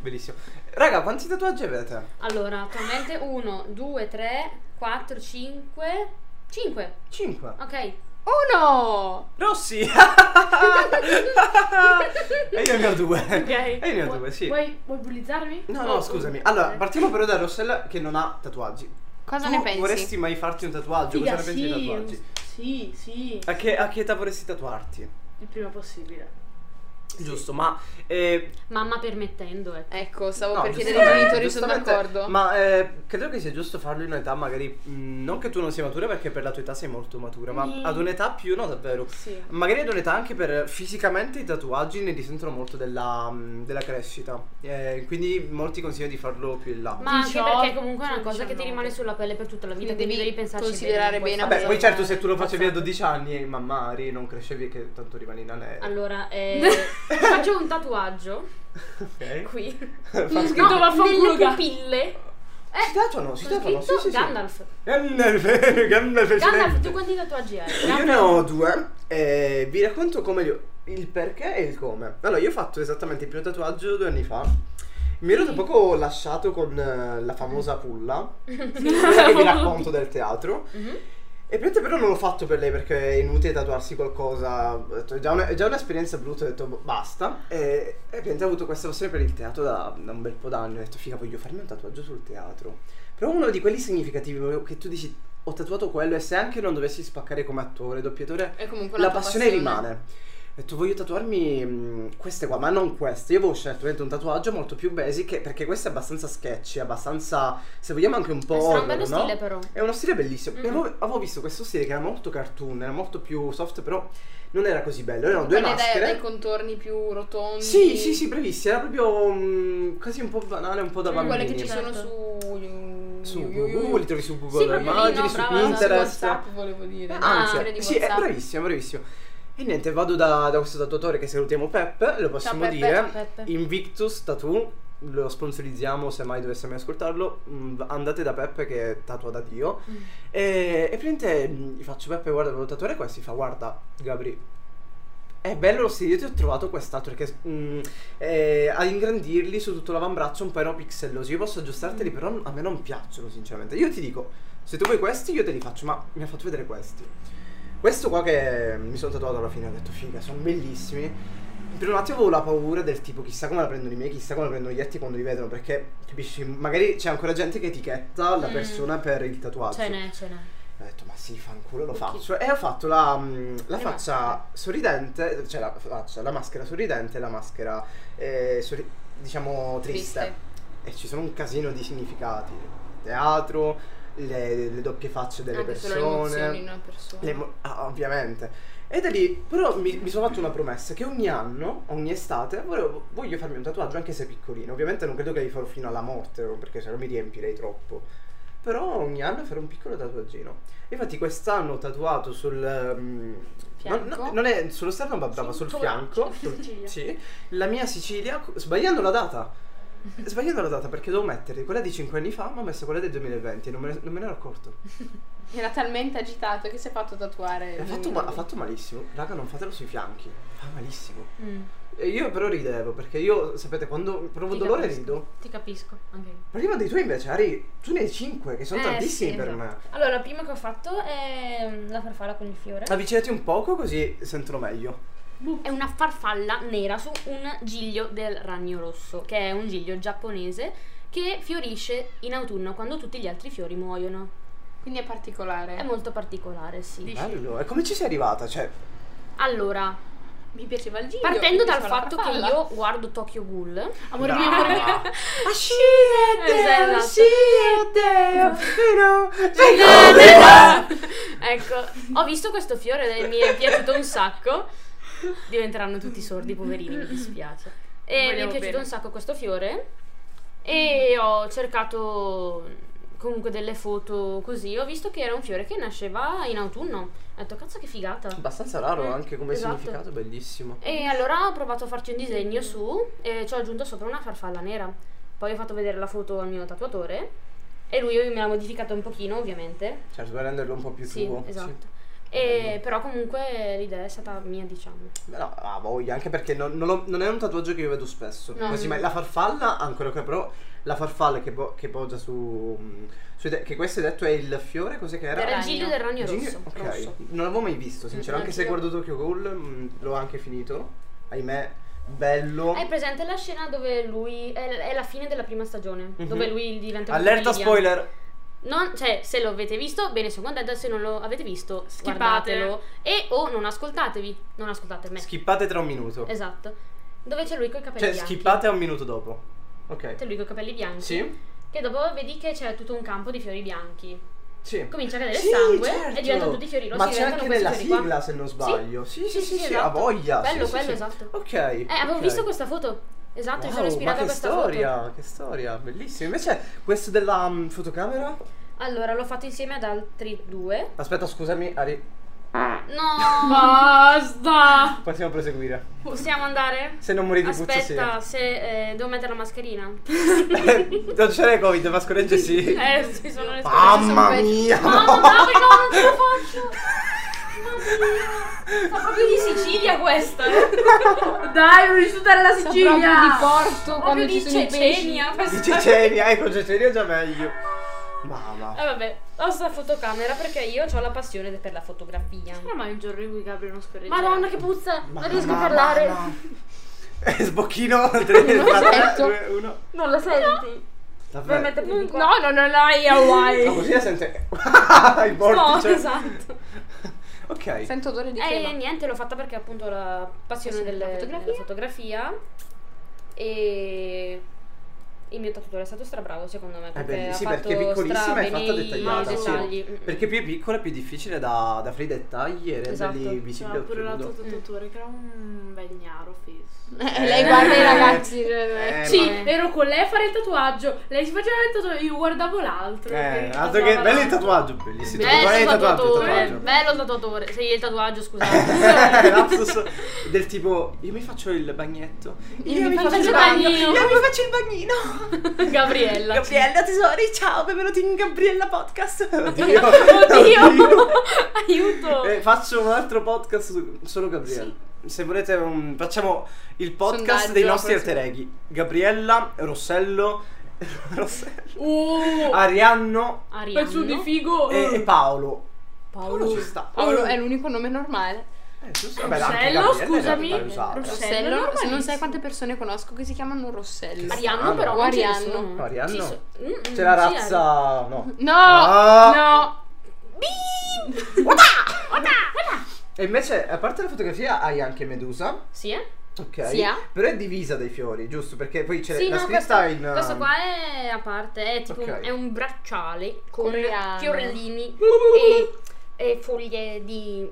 Speaker 5: Bellissimo. Raga, quanti tatuaggi avete?
Speaker 6: Allora, attualmente 1, 2, 3, 4, 5, 5.
Speaker 5: 5.
Speaker 6: Ok.
Speaker 4: Oh Uno.
Speaker 5: Rossi! e io ne ho due. E io ne ho due, sì.
Speaker 7: Vuoi, vuoi bullizzarmi?
Speaker 5: No, no, scusami. Allora, partiamo però da Rossella che non ha tatuaggi.
Speaker 4: Cosa
Speaker 5: tu
Speaker 4: ne pensi?
Speaker 5: vorresti mai farti un tatuaggio?
Speaker 7: Figa,
Speaker 5: Cosa ne pensi dei
Speaker 7: sì,
Speaker 5: tatuaggi?
Speaker 7: sì, sì,
Speaker 5: A che, a che età vorresti tatuarti?
Speaker 7: il prima possibile.
Speaker 5: Giusto, ma... eh,
Speaker 6: Mamma permettendo, ecco.
Speaker 4: Ecco, stavo
Speaker 5: no,
Speaker 4: per chiedere ai genitori,
Speaker 5: giustamente-
Speaker 4: sono
Speaker 5: giustamente,
Speaker 4: d'accordo.
Speaker 5: Ma eh, credo che sia giusto farlo in un'età magari... mh, non che tu non sia matura perché per la tua età sei molto matura, ma
Speaker 7: Mm.
Speaker 5: ad un'età più... No, davvero.
Speaker 7: Sì.
Speaker 5: Magari ad un'età anche per fisicamente i tatuaggi ne risentono molto della, mh, della crescita. Eh, quindi molti consigliano di farlo più in là.
Speaker 6: Ma anche
Speaker 7: 18,
Speaker 6: perché comunque è una cosa che ti
Speaker 7: 19.
Speaker 6: rimane sulla pelle per tutta la vita,
Speaker 4: Quindi
Speaker 6: quindi devi,
Speaker 4: devi
Speaker 6: pensarci
Speaker 4: considerare
Speaker 6: bene. non puoi
Speaker 4: bene
Speaker 5: Vabbè,
Speaker 6: fare-
Speaker 5: poi certo se tu lo facevi a 12 anni e mammari non crescevi che tanto rimani in anello.
Speaker 6: Allora, eh, faccio un tatuaggio
Speaker 5: Ok.
Speaker 6: qui.
Speaker 5: Fa
Speaker 7: scritto
Speaker 5: schifo.
Speaker 7: vaffanculo,
Speaker 6: nelle
Speaker 7: ga-
Speaker 6: pupille.
Speaker 5: Si tatuano, si
Speaker 6: Ho
Speaker 5: tatuano, sì
Speaker 6: eh, scritto
Speaker 5: sì sì.
Speaker 6: Gandalf.
Speaker 5: Gandalf. Gandalf.
Speaker 6: Gandalf,
Speaker 5: silente.
Speaker 6: tu quanti tatuaggi hai?
Speaker 5: Io ne ho due e vi racconto come li ho- il perché e il come. Allora, io ho fatto esattamente il primo tatuaggio due anni fa Mi ero da poco lasciato con eh, la famosa pulla, quella che vi racconto del teatro. E praticamente però non l'ho fatto per lei perché è inutile tatuarsi qualcosa. Ho detto, È già, una- è già un'esperienza brutta, ho detto "Boh, basta. E, e praticamente ho avuto questa passione per il teatro da, da un bel po' d'anni. Ho detto, figa, voglio farmi un tatuaggio sul teatro. Però uno di quelli significativi, proprio che tu dici, ho tatuato quello e se anche non dovessi spaccare come attore, doppiatore,
Speaker 4: È comunque una
Speaker 5: la passione, rimane. Ho detto voglio tatuarmi mh, queste qua, ma non queste. Io avevo scelto veramente un tatuaggio molto più basic che- perché questo è abbastanza sketchy, abbastanza, se vogliamo anche un po'
Speaker 6: Sarà un
Speaker 5: horror,
Speaker 6: bello
Speaker 5: no?
Speaker 6: stile però.
Speaker 5: È uno stile bellissimo.
Speaker 6: Mm.
Speaker 5: E avevo, avevo visto questo stile che era molto cartoon, era molto più soft, però non era così bello. Erano due
Speaker 4: Quelle dai-
Speaker 5: maschere.
Speaker 4: dai contorni più rotondi.
Speaker 5: sì, sì, sì, bravissimi. Era proprio mh, quasi un po' banale, un po' da
Speaker 4: Quelle che
Speaker 5: bambini.
Speaker 4: ci sono su.
Speaker 5: certo. Su
Speaker 4: io- io- io-
Speaker 5: Google, li trovi su Google
Speaker 4: proprio lì,
Speaker 5: Immagini,
Speaker 6: no,
Speaker 5: su
Speaker 6: brava, su
Speaker 5: Pinterest.
Speaker 4: WhatsApp volevo dire.
Speaker 5: Anzi,
Speaker 4: Maschere Ah, di
Speaker 5: sì, eh, è
Speaker 4: WhatsApp.
Speaker 5: bravissimo, bravissimo. E niente, vado da, da questo tatuatore che salutiamo Peppe, lo possiamo
Speaker 4: Peppe,
Speaker 5: dire.
Speaker 4: ciao
Speaker 5: Invictus Tattoo, lo sponsorizziamo se mai dovesse mai ascoltarlo. mm, Andate da Peppe che tatua da Dio.
Speaker 4: Mm.
Speaker 5: E, e praticamente mm, gli faccio Peppe guarda il tatuatore qua e si fa guarda Gabri. È bello lo stile, io ti ho trovato quest'altro che mm, eh, a ingrandirli su tutto l'avambraccio un po' erano pixellosi. Io posso
Speaker 4: Mm.
Speaker 5: aggiustarteli, però a me non piacciono, sinceramente. Io ti dico, se tu vuoi questi, io te li faccio, ma mi ha fatto vedere questi. Questo qua che mi sono tatuato alla fine, ho detto figa, sono bellissimi. Per un attimo avevo la paura del tipo chissà come la prendono i miei, chissà come la prendono gli altri quando li vedono, perché capisci, magari c'è ancora gente che etichetta la
Speaker 6: Mm. Cioè,
Speaker 5: persona per il tatuaggio.
Speaker 6: Ce n'è, ce n'è.
Speaker 5: Ho detto, ma sì, fanculo, lo faccio. E ho fatto la, mm, la
Speaker 6: Le
Speaker 5: faccia
Speaker 6: maschere.
Speaker 5: sorridente, cioè la faccia, la maschera sorridente e la maschera, eh, sorri- diciamo, triste. E ci sono un casino di significati. Teatro, le, le doppie facce delle
Speaker 4: Anche solo le emozioni
Speaker 5: persone.
Speaker 4: di una persona.
Speaker 5: Le mo- ah, ovviamente. E da lì, però mi, mi sono fatto una promessa che ogni anno, ogni estate, volevo- voglio farmi un tatuaggio anche se piccolino. Ovviamente non credo che li farò fino alla morte, perché se no mi riempirei troppo. Però ogni anno farò un piccolo tatuaggino. Infatti quest'anno ho tatuato sul... ehm, non,
Speaker 4: Fianco.
Speaker 5: no- non è sullo sterno, ma brava, sul fianco. sul- sì, la mia Sicilia, sbagliando la data. Sbagliando la data perché devo mettere quella di 5 anni fa, ma ho messo quella del 2020 non me ne, non me ne ero accorto.
Speaker 4: Era talmente agitato che si è fatto tatuare.
Speaker 5: Ha fatto,
Speaker 4: un-
Speaker 5: ma- ha fatto malissimo. Raga, non fatelo sui fianchi. Fa malissimo.
Speaker 6: Mm.
Speaker 5: E Eh, io però ridevo perché io, sapete, quando provo
Speaker 6: Ti
Speaker 5: dolore
Speaker 6: capisco.
Speaker 5: rido.
Speaker 6: Ti capisco, anche io.
Speaker 5: Prima dei tuoi invece, Ari, tu ne hai 5 che sono
Speaker 6: Eh,
Speaker 5: tantissimi
Speaker 6: sì,
Speaker 5: per
Speaker 6: esatto.
Speaker 5: me.
Speaker 6: Allora, la prima che ho fatto è mm, la farfalla con il fiore.
Speaker 5: Avvicinati un poco così sentono meglio.
Speaker 6: È una farfalla nera su un giglio del ragno rosso, che è un giglio giapponese che fiorisce in autunno quando tutti gli altri fiori muoiono.
Speaker 4: Quindi è particolare.
Speaker 5: Eh,
Speaker 6: È molto particolare, sì.
Speaker 5: Bello. E come ci sei arrivata? Cioè,
Speaker 6: Allora,
Speaker 4: Mi piaceva il giro.
Speaker 6: partendo
Speaker 4: mi
Speaker 6: dal
Speaker 4: piaceva la
Speaker 6: fatto che
Speaker 4: farfalla.
Speaker 6: io guardo Tokyo Ghoul, Eh,
Speaker 7: Amore
Speaker 5: Brava.
Speaker 7: mio, amore mio.
Speaker 4: eh,
Speaker 6: Esatto.
Speaker 5: però...
Speaker 6: ecco, ho visto questo fiore e mi è piaciuto un sacco. Diventeranno tutti sordi, poverini, mi dispiace. E mi è
Speaker 7: Vogliamo
Speaker 6: piaciuto
Speaker 7: bene.
Speaker 6: un sacco questo fiore e ho cercato comunque delle foto così. Ho visto che era un fiore che nasceva in autunno. Ho detto, cazzo che figata.
Speaker 5: Abbastanza raro anche come
Speaker 6: Esatto.
Speaker 5: significato, bellissimo.
Speaker 6: E allora ho provato a farci un disegno su e ci ho aggiunto sopra una farfalla nera. Poi ho fatto vedere la foto al mio tatuatore e lui me l'ha modificata un pochino, ovviamente,
Speaker 5: Certo, per renderlo un po' più
Speaker 6: sì,
Speaker 5: tuo.
Speaker 6: esatto.
Speaker 5: Bello.
Speaker 6: E, però comunque l'idea è stata mia, diciamo.
Speaker 5: Beh, No, ha voglia, anche perché non, non lo- non è un tatuaggio che io vedo spesso.
Speaker 6: No.
Speaker 5: Quasi mai. La farfalla, ancora che però, la farfalla che, po- che poggia su, mm, sui te- Che questo hai detto è il fiore, cos'è che era?
Speaker 6: Era il
Speaker 4: ragno.
Speaker 6: giglio del ragno
Speaker 5: Giglio-
Speaker 6: rosso.
Speaker 5: Ok,
Speaker 6: rosso.
Speaker 5: non l'avevo mai visto, sincero.
Speaker 6: Mm,
Speaker 5: Anche se
Speaker 6: anch'io.
Speaker 5: guardo Tokyo Ghoul, mh, mm, l'ho anche finito. Ahimè, bello.
Speaker 6: Hai presente la scena dove lui. È, è la fine della prima stagione,
Speaker 5: Mhm.
Speaker 6: dove lui diventa. un
Speaker 5: Allerta
Speaker 6: William.
Speaker 5: spoiler!
Speaker 6: Non- cioè, se lo avete visto, bene, sono contenta. Se non lo avete visto,
Speaker 7: Skipate.
Speaker 6: guardatelo. E o non ascoltatevi. Non ascoltate me.
Speaker 5: Skippate tra un minuto.
Speaker 6: Esatto. Dove c'è lui con i capelli
Speaker 5: Cioè,
Speaker 6: bianchi.
Speaker 5: skippate a un minuto dopo.
Speaker 6: C'è
Speaker 5: Ok.
Speaker 6: lui con i capelli bianchi.
Speaker 5: Sì?
Speaker 6: Che dopo vedi che c'è tutto un campo di fiori bianchi.
Speaker 5: Sì.
Speaker 6: Comincia a cadere
Speaker 5: Sì,
Speaker 6: sangue
Speaker 5: certo.
Speaker 6: e diventano tutti fiori rossi.
Speaker 5: Ma c'è
Speaker 6: diventano
Speaker 5: anche
Speaker 6: questi
Speaker 5: nella
Speaker 6: fiori qua.
Speaker 5: sigla, se non sbaglio. Sì, sì, sì, sì,
Speaker 6: esatto.
Speaker 5: ha voglia. sì,
Speaker 6: Quello,
Speaker 5: sì,
Speaker 6: quello,
Speaker 5: sì.
Speaker 6: esatto.
Speaker 5: Ok. Eh,
Speaker 6: Eh, avevo visto questa foto. Esatto, mi sono
Speaker 5: Wow,
Speaker 6: ispirata
Speaker 5: ma
Speaker 6: a
Speaker 5: che
Speaker 6: questa
Speaker 5: storia,
Speaker 6: foto.
Speaker 5: che storia, bellissima. Invece questo della mm, fotocamera?
Speaker 6: Allora, l'ho fatto insieme ad altri due.
Speaker 5: Aspetta, scusami, Ari,
Speaker 6: No!
Speaker 7: Basta.
Speaker 5: possiamo proseguire.
Speaker 6: Possiamo andare?
Speaker 5: Se non muori di puzza, sì.
Speaker 6: Aspetta, se eh, devo mettere la mascherina.
Speaker 5: non c'è le Covid, ma scorregge sì.
Speaker 6: Eh, ci sono le scuole.
Speaker 5: Mamma mia!
Speaker 6: Mamma, bravo, no, non ce la faccio! Ma proprio di Sicilia questa. eh.
Speaker 7: Dai, non risultare la Sicilia!
Speaker 4: di porto
Speaker 6: proprio
Speaker 4: quando
Speaker 6: di
Speaker 4: ci sono i pesci.
Speaker 6: Cecenia.
Speaker 5: Di
Speaker 6: questa.
Speaker 5: Cecenia, ecco Cecenia è già meglio. Mamma.
Speaker 6: Eh vabbè, ho sta fotocamera perché io ho la passione per la fotografia.
Speaker 7: Ormai il giorno in cui Gabriel non scorreggia.
Speaker 6: Madonna che puzza,
Speaker 5: Mamma,
Speaker 6: non riesco a parlare.
Speaker 5: mamma. Eh, Sbocchino, 3, 4,
Speaker 4: Perfetto.
Speaker 5: 2, 1.
Speaker 7: Non la senti?
Speaker 5: Davvero?
Speaker 6: Non- No, no, no, no, io
Speaker 5: Ma
Speaker 6: guai.
Speaker 5: così la sente. I
Speaker 6: No,
Speaker 5: vortici.
Speaker 6: esatto.
Speaker 5: Ok.
Speaker 4: Sento odore di
Speaker 6: E
Speaker 4: crema.
Speaker 6: Eh, niente, l'ho fatta perché appunto la passione
Speaker 4: Passione
Speaker 6: delle-
Speaker 4: della
Speaker 6: della
Speaker 4: fotografia.
Speaker 6: fotografia. e il mio tatuatore è stato strabravo secondo me perché
Speaker 5: Eh, beh,
Speaker 6: ha
Speaker 5: sì,
Speaker 6: fatto
Speaker 5: perché è piccolissima e
Speaker 6: stra
Speaker 5: è fatta
Speaker 6: bene i
Speaker 5: dettagliata,
Speaker 7: sì.
Speaker 6: dettagli. Mm.
Speaker 5: Perché più è piccola, più è difficile da, da fare i dettagli e renderli
Speaker 6: Esatto.
Speaker 5: visibili
Speaker 7: C'era
Speaker 5: al
Speaker 7: pure l'altro
Speaker 5: tutto.
Speaker 7: tatuatore che era un bel gnaro fesso.
Speaker 4: Eh, lei guarda i
Speaker 5: Eh,
Speaker 4: ragazzi. cioè,
Speaker 5: eh,
Speaker 7: sì,
Speaker 5: ma-
Speaker 7: ero con lei a fare il tatuaggio. Lei si faceva il tatuaggio, io guardavo l'altro.
Speaker 5: Eh,
Speaker 7: che
Speaker 5: altro che
Speaker 7: tatuava
Speaker 5: bello il
Speaker 7: l'altro.
Speaker 5: tatuaggio, bellissimo.
Speaker 6: Bello
Speaker 5: Guarda
Speaker 6: il
Speaker 5: il tatuaggio, il
Speaker 6: tatuatore,
Speaker 5: tatuaggio.
Speaker 6: bello il tatuatore, sei il tatuaggio
Speaker 5: Eh,
Speaker 6: scusate.
Speaker 5: Lapsus del tipo io mi faccio il bagnetto. Io, mi faccio, il bagno.
Speaker 6: bagnino.
Speaker 5: Io mi faccio il bagnino.
Speaker 6: Gabriella.
Speaker 5: Gabriella tesori, ciao, benvenuti in Gabriella Podcast. Oddio.
Speaker 6: Oddio. Aiuto.
Speaker 5: Eh, faccio un altro podcast su- solo Gabriella. Se volete un- facciamo il podcast
Speaker 4: Sondaggio,
Speaker 5: dei nostri
Speaker 4: forse.
Speaker 5: alter eghi. Gabriella, Rossello, Rossello,
Speaker 6: Uh,
Speaker 7: Oh,
Speaker 5: Arianno
Speaker 7: pezzo di
Speaker 6: Arianna.
Speaker 7: figo.
Speaker 5: Ah,
Speaker 7: Eh.
Speaker 5: e, e Paolo.
Speaker 6: Paolo.
Speaker 5: Paolo ci sta.
Speaker 4: Oh. Paolo eh, è l'unico nome normale.
Speaker 5: Eh, giusto. Vabbè, anche
Speaker 7: Rossello,
Speaker 5: Gabriella è
Speaker 7: scusami.
Speaker 5: una usata.
Speaker 7: Rossello.
Speaker 4: Rossello,
Speaker 7: Rossello,
Speaker 4: se non sai
Speaker 7: normalissimo.
Speaker 4: quante persone conosco che si chiamano Rossello.
Speaker 5: Ah,
Speaker 6: Arianno però
Speaker 4: O
Speaker 6: non ce ne
Speaker 4: Arianno.
Speaker 6: sono.
Speaker 5: Arianno?
Speaker 6: Ci so- Mm, mm,
Speaker 5: C'è la
Speaker 6: sì, eh. Arianno.
Speaker 5: razza no.
Speaker 4: No,
Speaker 5: Ah.
Speaker 4: no.
Speaker 5: E invece, a parte la fotografia, hai anche Medusa.
Speaker 6: Sì, eh?
Speaker 5: Ok.
Speaker 4: Sì, ah.
Speaker 5: Però è divisa dai fiori, giusto? Perché poi c'è
Speaker 6: Sì,
Speaker 5: la
Speaker 6: no,
Speaker 5: scritta
Speaker 6: questo,
Speaker 5: in. ehm, um,
Speaker 6: questo qua è a parte, è tipo
Speaker 5: Ok.
Speaker 6: è un bracciale con
Speaker 4: Coreano.
Speaker 6: fiorellini e, e foglie di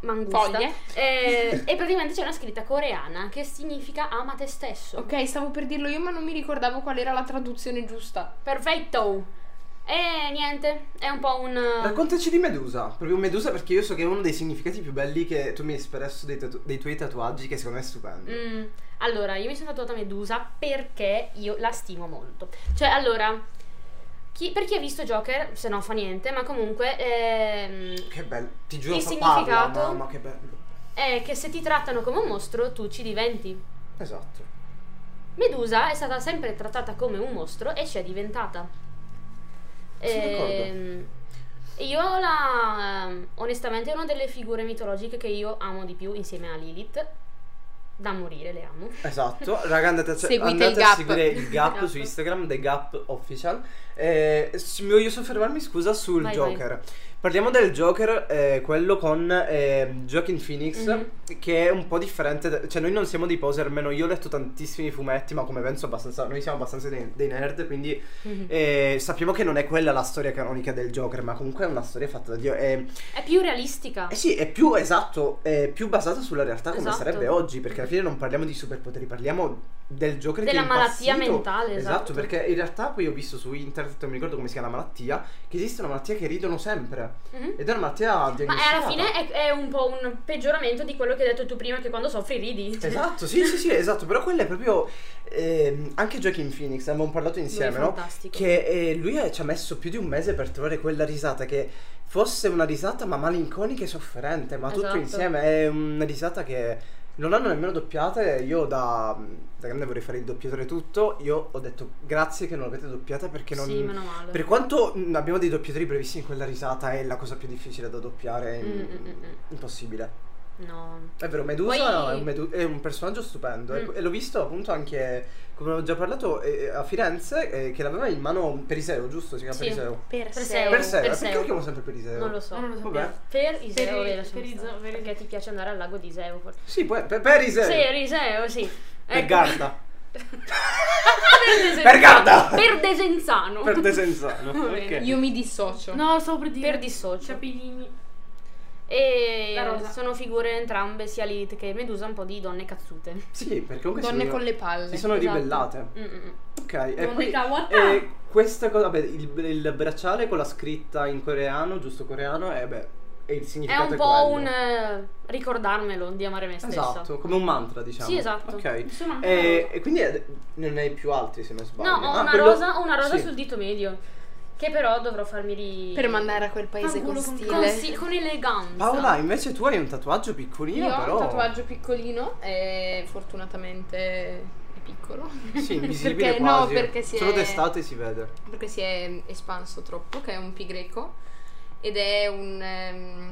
Speaker 6: mangusta.
Speaker 4: Foglie?
Speaker 6: Eh, e praticamente c'è una scritta coreana che significa ama te stesso.
Speaker 4: Ok, stavo per dirlo io, ma non mi ricordavo qual era la traduzione giusta.
Speaker 6: Perfetto. E niente, è un po' un
Speaker 5: Raccontaci di Medusa. Proprio Medusa, perché io so che è uno dei significati più belli che tu mi hai espresso dei, tatu- dei tuoi tatuaggi, che secondo me è stupendo.
Speaker 6: Mm, allora, io mi sono tatuata Medusa perché io la stimo molto. Cioè, allora, chi- per chi ha visto Joker, se no fa niente, ma comunque ehm,
Speaker 5: Che bello, ti giuro
Speaker 6: Il
Speaker 5: fa parla,
Speaker 6: significato?
Speaker 5: mamma, che bello.
Speaker 6: è che se ti trattano come un mostro, tu ci diventi.
Speaker 5: Esatto.
Speaker 6: Medusa è stata sempre trattata come un mostro e ci è diventata.
Speaker 5: Sono d'accordo.
Speaker 6: Ehm, e io la ehm, onestamente è una delle figure mitologiche che io amo di più insieme a Lilith. Da morire le amo.
Speaker 5: Esatto, raga andate, a,
Speaker 4: Seguite
Speaker 5: andate
Speaker 4: il
Speaker 5: a
Speaker 4: Gap.
Speaker 5: seguire il gap
Speaker 7: Gap.
Speaker 5: su Instagram, The Gap Official. Eh, s- mi voglio soffermarmi, scusa, sul
Speaker 6: Vai, vai.
Speaker 5: Joker. Parliamo del Joker, eh, quello con eh, Joaquin Phoenix,
Speaker 6: Mhm.
Speaker 5: che è un po' differente. da- Cioè, noi non siamo dei poser, almeno io ho letto tantissimi fumetti, ma come penso abbastanza... Noi siamo abbastanza dei, dei nerd, quindi
Speaker 6: Mm.
Speaker 5: eh, sappiamo che non è quella la storia canonica del Joker, ma comunque è una storia fatta da Dio. E
Speaker 6: È più realistica.
Speaker 5: eh sì, è più esatto, è più basata sulla realtà come
Speaker 6: Esatto.
Speaker 5: sarebbe oggi, perché alla fine non parliamo di superpoteri, parliamo del Joker che
Speaker 6: Della
Speaker 5: è
Speaker 6: malattia
Speaker 5: impazzito.
Speaker 6: mentale, esatto.
Speaker 5: perché in realtà poi ho visto su internet, non mi ricordo come si chiama la malattia, che esiste una malattia che ridono sempre.
Speaker 6: Mhm.
Speaker 5: Ed è una malattia
Speaker 6: Ma è-
Speaker 5: diagnosticata.
Speaker 6: alla fine è, è un po' un peggioramento di quello che hai detto tu prima, che quando soffri ridi.
Speaker 5: Esatto, sì, sì, sì, esatto, però quella è proprio ehm, anche Joaquin Phoenix, ne avevamo parlato
Speaker 6: Lui è
Speaker 5: insieme, no?
Speaker 6: fantastico.
Speaker 5: Che eh, lui eh, ci ha messo più di un mese per trovare quella risata che fosse una risata ma malinconica e sofferente, ma tutto
Speaker 6: Esatto.
Speaker 5: insieme è una risata che non hanno nemmeno doppiate, io da, da grande vorrei fare il doppiatore e tutto, io ho detto grazie che non l'avete doppiata perché non...
Speaker 6: Sì, meno male.
Speaker 5: Per quanto mm, abbiamo dei doppiatori brevissimi, quella risata è la cosa più difficile da doppiare, è
Speaker 6: Mm, mm, mm, mm.
Speaker 5: impossibile.
Speaker 6: No.
Speaker 5: È vero, Medusa
Speaker 6: Poi-
Speaker 5: è, un medu- è un personaggio stupendo e-
Speaker 6: Mm.
Speaker 5: e l'ho visto appunto anche, come avevo già parlato, eh, a Firenze eh, che l'aveva in mano Periseo, giusto? Si chiama
Speaker 6: Sì.
Speaker 5: Periseo.
Speaker 6: Perseo.
Speaker 5: Perseo, eh, perché
Speaker 6: Perseo.
Speaker 5: lo chiamo sempre Periseo?
Speaker 6: Non lo so.
Speaker 7: Ah, Non lo so.
Speaker 5: Vabbè.
Speaker 6: Per Iseo,
Speaker 7: Per-
Speaker 6: eh, lasciamo
Speaker 7: per Iseo,
Speaker 6: stare,
Speaker 7: per
Speaker 6: perché
Speaker 7: Iseo.
Speaker 6: ti piace andare al lago di Iseo. forse.
Speaker 5: Sì, poi, per- Periseo.
Speaker 6: Sì, ecco. per Iseo, sì.
Speaker 5: Per
Speaker 6: Ecco.
Speaker 5: Garda.
Speaker 6: per Desenzano.
Speaker 5: Per Garda!
Speaker 6: Per Desenzano.
Speaker 5: per Desenzano.
Speaker 6: Va bene.
Speaker 5: ok.
Speaker 4: Io mi dissocio.
Speaker 7: No, stavo per dire.
Speaker 6: Per dissocio.
Speaker 7: Ciapinini. La
Speaker 6: E
Speaker 7: rosa.
Speaker 6: sono figure entrambe, sia Lilith che Medusa, un po' di donne cazzute.
Speaker 5: Sì, perché comunque si
Speaker 4: Donne
Speaker 5: sono-
Speaker 4: con le palle.
Speaker 5: si sono
Speaker 6: Esatto.
Speaker 5: ribellate.
Speaker 6: Mm, mm, mm.
Speaker 5: Ok, e
Speaker 7: Donne
Speaker 5: poi
Speaker 7: kawata.
Speaker 5: e questa cosa, vabbè, il, il bracciale con la scritta in coreano, giusto coreano, e beh, e il
Speaker 6: È
Speaker 5: significato è
Speaker 6: un po'
Speaker 5: quello.
Speaker 6: un eh, ricordarmelo di amare me stessa.
Speaker 5: Esatto, come un mantra, diciamo.
Speaker 6: Sì, esatto.
Speaker 5: Ok.
Speaker 7: Sono anche
Speaker 5: E, e quindi eh, non ne hai più altri se non sbaglio.
Speaker 6: No, ho
Speaker 5: Ah,
Speaker 6: una
Speaker 5: quello-
Speaker 6: rosa, ho una rosa
Speaker 5: sì.
Speaker 6: sul dito medio. Che però dovrò farmi ri...
Speaker 4: Per mandare a quel paese con
Speaker 7: Fanculo, con-
Speaker 6: con,
Speaker 4: stile.
Speaker 6: sì- con eleganza.
Speaker 5: Paola, invece tu hai un tatuaggio piccolino,
Speaker 4: Io ho
Speaker 5: però.
Speaker 4: un tatuaggio piccolino e fortunatamente è piccolo.
Speaker 5: Sì, invisibile
Speaker 4: perché
Speaker 5: quasi.
Speaker 4: no, perché si
Speaker 5: Solo
Speaker 4: è
Speaker 5: d'estate si vede.
Speaker 4: perché si è espanso troppo, che è un pi greco ed è un ehm,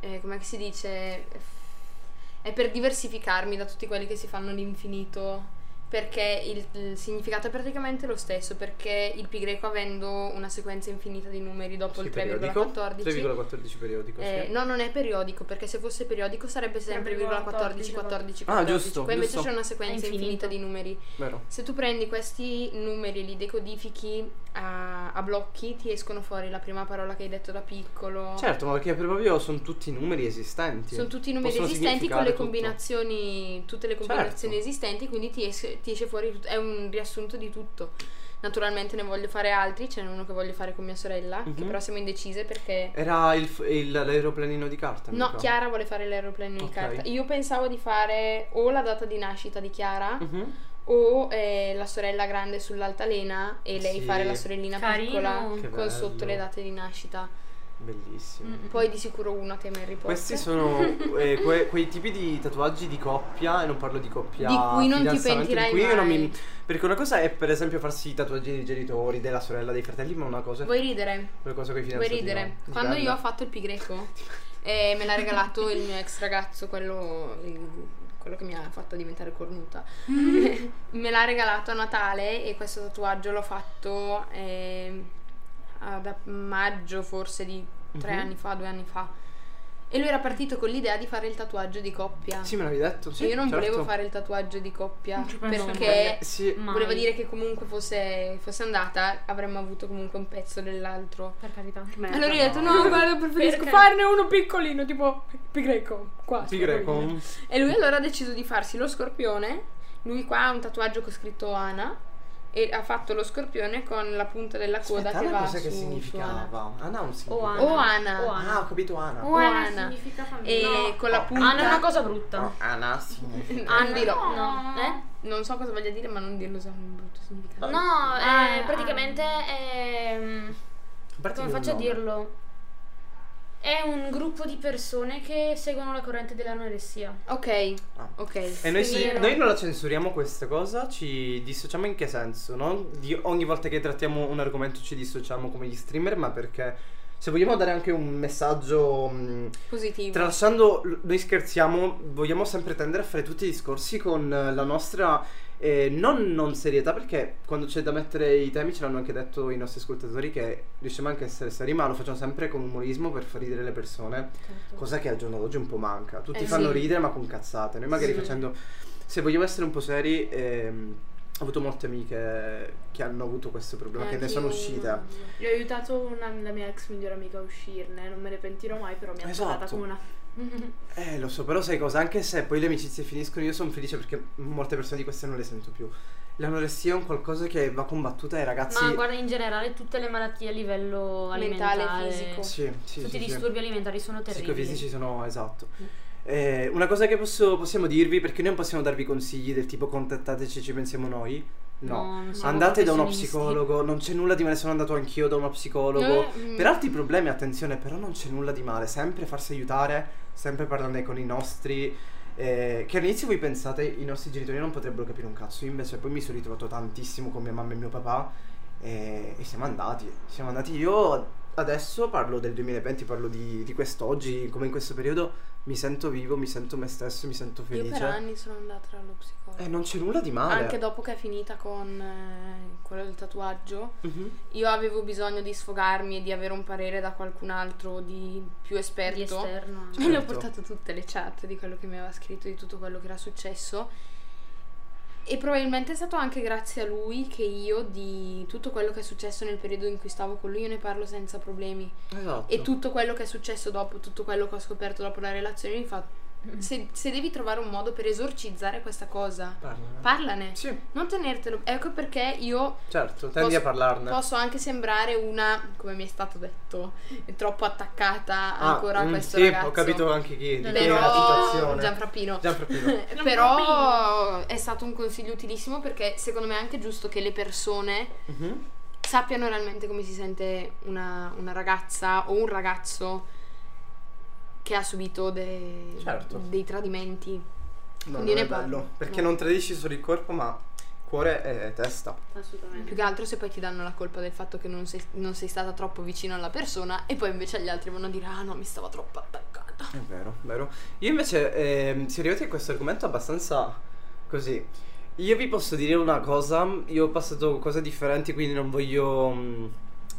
Speaker 4: eh, come si dice è per diversificarmi da tutti quelli che si fanno all'infinito perché il, il significato è praticamente lo stesso perché il pi greco avendo una sequenza infinita di numeri dopo
Speaker 5: Sì,
Speaker 4: il
Speaker 5: periodico.
Speaker 4: 3,14
Speaker 5: 3,14 periodico,
Speaker 4: eh,
Speaker 5: sì.
Speaker 4: no, non è periodico, perché se fosse periodico sarebbe
Speaker 7: 3,14,
Speaker 4: sempre 14, 14, 14.
Speaker 5: Ah, giusto,
Speaker 4: Qua invece
Speaker 5: giusto.
Speaker 4: c'è una sequenza
Speaker 6: È infinito.
Speaker 4: infinita di numeri.
Speaker 5: Vero.
Speaker 4: Se tu prendi questi numeri e li decodifichi a, a blocchi, ti escono fuori la prima parola che hai detto da piccolo.
Speaker 5: Certo, ma perché proprio sono tutti numeri esistenti.
Speaker 4: Sono tutti i numeri
Speaker 5: Possono
Speaker 4: esistenti con
Speaker 5: significare
Speaker 4: le
Speaker 5: tutto. Certo.
Speaker 4: combinazioni, tutte le combinazioni esistenti, quindi ti esce, ti esce fuori, tut- è un riassunto di tutto. Naturalmente ne voglio fare altri, ce n'è uno che voglio fare con mia sorella, che
Speaker 5: Mhm. Eh,
Speaker 4: però siamo indecise perché...
Speaker 5: Era il, f- il- l'aeroplanino di carta?
Speaker 4: No,
Speaker 5: mica?
Speaker 4: Chiara vuole fare l'aeroplanino
Speaker 5: Ok.
Speaker 4: di carta. Io pensavo di fare o la data di nascita di Chiara
Speaker 5: Mhm.
Speaker 4: o eh, la sorella grande sull'altalena e lei
Speaker 5: Sì.
Speaker 4: fare la sorellina
Speaker 6: Carino.
Speaker 4: piccola
Speaker 5: Che
Speaker 4: con
Speaker 5: bello.
Speaker 4: sotto le date di nascita.
Speaker 5: Bellissimo.
Speaker 4: Poi di sicuro una tema Harry Potter.
Speaker 5: Questi sono eh, que- quei tipi di tatuaggi di coppia, e non parlo di coppia
Speaker 4: Di cui non ti
Speaker 5: fidanzamento, di
Speaker 4: pentirai
Speaker 5: cui io non
Speaker 4: mai.
Speaker 5: mi- Perché una cosa è per esempio farsi i tatuaggi dei genitori, della sorella, dei fratelli, ma una cosa è
Speaker 4: Vuoi ridere?
Speaker 5: una cosa con i
Speaker 4: Vuoi
Speaker 5: fidanzati.
Speaker 4: ridere?
Speaker 5: no.
Speaker 4: Quando
Speaker 5: Dipende.
Speaker 4: io ho fatto il pi greco eh, me l'ha regalato il mio ex ragazzo, quello, il- quello che mi ha fatto diventare cornuta. me l'ha regalato a Natale e questo tatuaggio l'ho fatto eh, ad a maggio forse di tre
Speaker 5: Mhm.
Speaker 4: anni fa, due anni fa. E lui era partito con l'idea di fare il tatuaggio di coppia.
Speaker 5: Sì, me l'avevi detto. Sì,
Speaker 4: E io non
Speaker 5: certo.
Speaker 4: volevo fare Mm. il tatuaggio di coppia
Speaker 7: Non ci penso
Speaker 4: perché
Speaker 5: Sì,
Speaker 6: Ma
Speaker 4: volevo dire che comunque fosse, fosse andata avremmo avuto comunque un pezzo dell'altro.
Speaker 6: Per carità.
Speaker 4: Allora io ho detto no, guarda, preferisco
Speaker 7: Perché?
Speaker 4: farne uno piccolino, tipo pi greco, qua.
Speaker 5: Pi greco.
Speaker 4: E lui allora ha deciso di farsi lo scorpione. Lui qua ha un tatuaggio con scritto Ana e ha fatto lo scorpione con la punta della coda
Speaker 5: Aspetta,
Speaker 4: che
Speaker 5: Ana
Speaker 4: va
Speaker 5: cos'è
Speaker 4: su,
Speaker 5: che
Speaker 4: su Ana.
Speaker 5: significava? Ana un
Speaker 6: O
Speaker 5: significato.
Speaker 6: Ana.
Speaker 4: O Ana.
Speaker 6: O
Speaker 5: Ah, ho
Speaker 6: Ana.
Speaker 5: capito Ana.
Speaker 4: O Ana.
Speaker 7: significa
Speaker 4: E
Speaker 7: famiglia.
Speaker 6: Eh.
Speaker 7: No.
Speaker 4: con la
Speaker 5: Oh,
Speaker 4: punta
Speaker 6: Ana è una cosa brutta.
Speaker 5: No, Ana significa.
Speaker 4: Non
Speaker 6: Ana.
Speaker 4: dirò.
Speaker 6: No. Eh?
Speaker 4: Non so cosa voglia dire, ma non dirlo se ha un brutto significato.
Speaker 6: No,
Speaker 7: Ah,
Speaker 6: eh, praticamente ehm, è...
Speaker 5: A parte
Speaker 6: come
Speaker 5: che
Speaker 6: faccio a
Speaker 5: non-
Speaker 6: dirlo? È un gruppo di persone che seguono la corrente dell'anoressia.
Speaker 4: Ok,
Speaker 5: Ah.
Speaker 4: ok.
Speaker 5: E noi,
Speaker 6: Sì,
Speaker 5: si-
Speaker 6: vero.
Speaker 5: noi non la censuriamo questa cosa, ci dissociamo in che senso? No? Di- ogni volta che trattiamo un argomento ci dissociamo come gli streamer, ma perché se vogliamo dare anche un messaggio... mm, mh,
Speaker 4: Positivo.
Speaker 5: Tralasciando, l- noi scherziamo, vogliamo sempre tendere a fare tutti i discorsi con eh, la nostra eh, non, non serietà, perché quando c'è da mettere i temi ce l'hanno anche detto i nostri ascoltatori che riusciamo anche a essere seri, ma lo facciamo sempre con umorismo per far ridere le persone, cosa che al giorno d'oggi un po' manca. Tutti
Speaker 4: Certo. Eh,
Speaker 5: fanno
Speaker 4: sì.
Speaker 5: ridere ma con cazzate, noi magari
Speaker 4: Sì.
Speaker 5: facendo... Se vogliamo essere un po' seri, ehm, ho avuto molte amiche che hanno avuto questo
Speaker 4: Eh,
Speaker 5: problema, che ne sono uscite.
Speaker 7: Gli ho aiutato una, la mia ex migliore amica a uscirne, non me ne pentirò mai, però mi ha
Speaker 5: Esatto.
Speaker 7: trattata come una...
Speaker 5: Eh, lo so, però sai cosa? Anche se poi le amicizie finiscono, io sono felice perché molte persone di queste non le sento più. L'anoressia è un qualcosa che va combattuta ai ragazzi.
Speaker 6: Ma guarda, in generale tutte le malattie a livello
Speaker 4: Mentale,
Speaker 6: alimentare.
Speaker 4: fisico.
Speaker 5: Sì, sì,
Speaker 6: Tutti
Speaker 5: sì,
Speaker 6: i
Speaker 5: sì.
Speaker 6: disturbi alimentari sono terribili. Mm.
Speaker 5: Psicofisici sono, esatto. Eh, una cosa che posso- possiamo dirvi, perché noi non possiamo darvi consigli del tipo contattateci, ci pensiamo noi. No.
Speaker 6: non siamo
Speaker 5: Andate da uno
Speaker 6: professionisti.
Speaker 5: psicologo, non c'è nulla di male, sono andato anch'io da uno psicologo.
Speaker 4: Eh, mm.
Speaker 5: Per altri problemi, attenzione, però non c'è nulla di male, sempre farsi aiutare, sempre parlarne con i nostri. eh, che all'inizio voi pensate i nostri genitori non potrebbero capire un cazzo, io invece poi mi sono ritrovato tantissimo con mia mamma e mio papà eh, e siamo andati, siamo andati io adesso parlo del 2020, parlo di, di quest'oggi, come in questo periodo mi sento vivo, mi sento me stesso, mi sento
Speaker 4: Io per
Speaker 5: felice.
Speaker 4: anni sono andata allo psicologo.
Speaker 5: E non c'è nulla di Eh, male.
Speaker 4: Anche dopo che è finita con eh, quello del tatuaggio,
Speaker 5: Mhm.
Speaker 4: io avevo bisogno di sfogarmi e di avere un parere da qualcun altro di più
Speaker 6: Di
Speaker 4: esperto.
Speaker 6: esterno. anche.
Speaker 4: E le ho
Speaker 5: Certo.
Speaker 4: portato tutte le chat di quello che mi aveva scritto, di tutto quello che era successo. E probabilmente è stato anche grazie a lui che io di tutto quello che è successo nel periodo in cui stavo con lui, io ne parlo senza problemi.
Speaker 5: Esatto.
Speaker 4: E tutto quello che è successo dopo, tutto quello che ho scoperto dopo la relazione, mi fa. Se, se devi trovare un modo per esorcizzare questa cosa,
Speaker 5: Parlane.
Speaker 4: parlane.
Speaker 5: sì,
Speaker 4: Non tenertelo. Ecco perché io
Speaker 5: certo, tendi
Speaker 4: Posso-
Speaker 5: a parlarne.
Speaker 4: posso anche sembrare una, come mi è stato detto, troppo attaccata
Speaker 5: Ah,
Speaker 4: ancora a
Speaker 5: mm,
Speaker 4: questo
Speaker 5: sì,
Speaker 4: ragazzo.
Speaker 5: ho capito anche chi, di chi è la
Speaker 4: Però
Speaker 5: citazione.
Speaker 4: Gianfrappino.
Speaker 5: Gianfrappino.
Speaker 4: Però è stato un consiglio utilissimo perché secondo me è anche giusto che le persone
Speaker 5: Mhm.
Speaker 4: sappiano realmente come si sente una, una ragazza o un ragazzo che ha subito de-
Speaker 5: Certo.
Speaker 4: dei tradimenti.
Speaker 5: No,
Speaker 4: Quindi
Speaker 5: non è
Speaker 4: ne parlo.
Speaker 5: bello. Perché
Speaker 4: No.
Speaker 5: non tradisci solo il corpo, ma cuore e testa.
Speaker 7: Assolutamente.
Speaker 4: Più che altro se poi ti danno la colpa del fatto che non sei, non sei stata troppo vicino alla persona e poi invece gli altri vanno a dire ah no mi stava troppo attaccata.
Speaker 5: È vero, vero. Io invece ehm, si è arrivati a questo argomento abbastanza così. Io vi posso dire una cosa, io ho passato cose differenti, quindi non voglio... mh,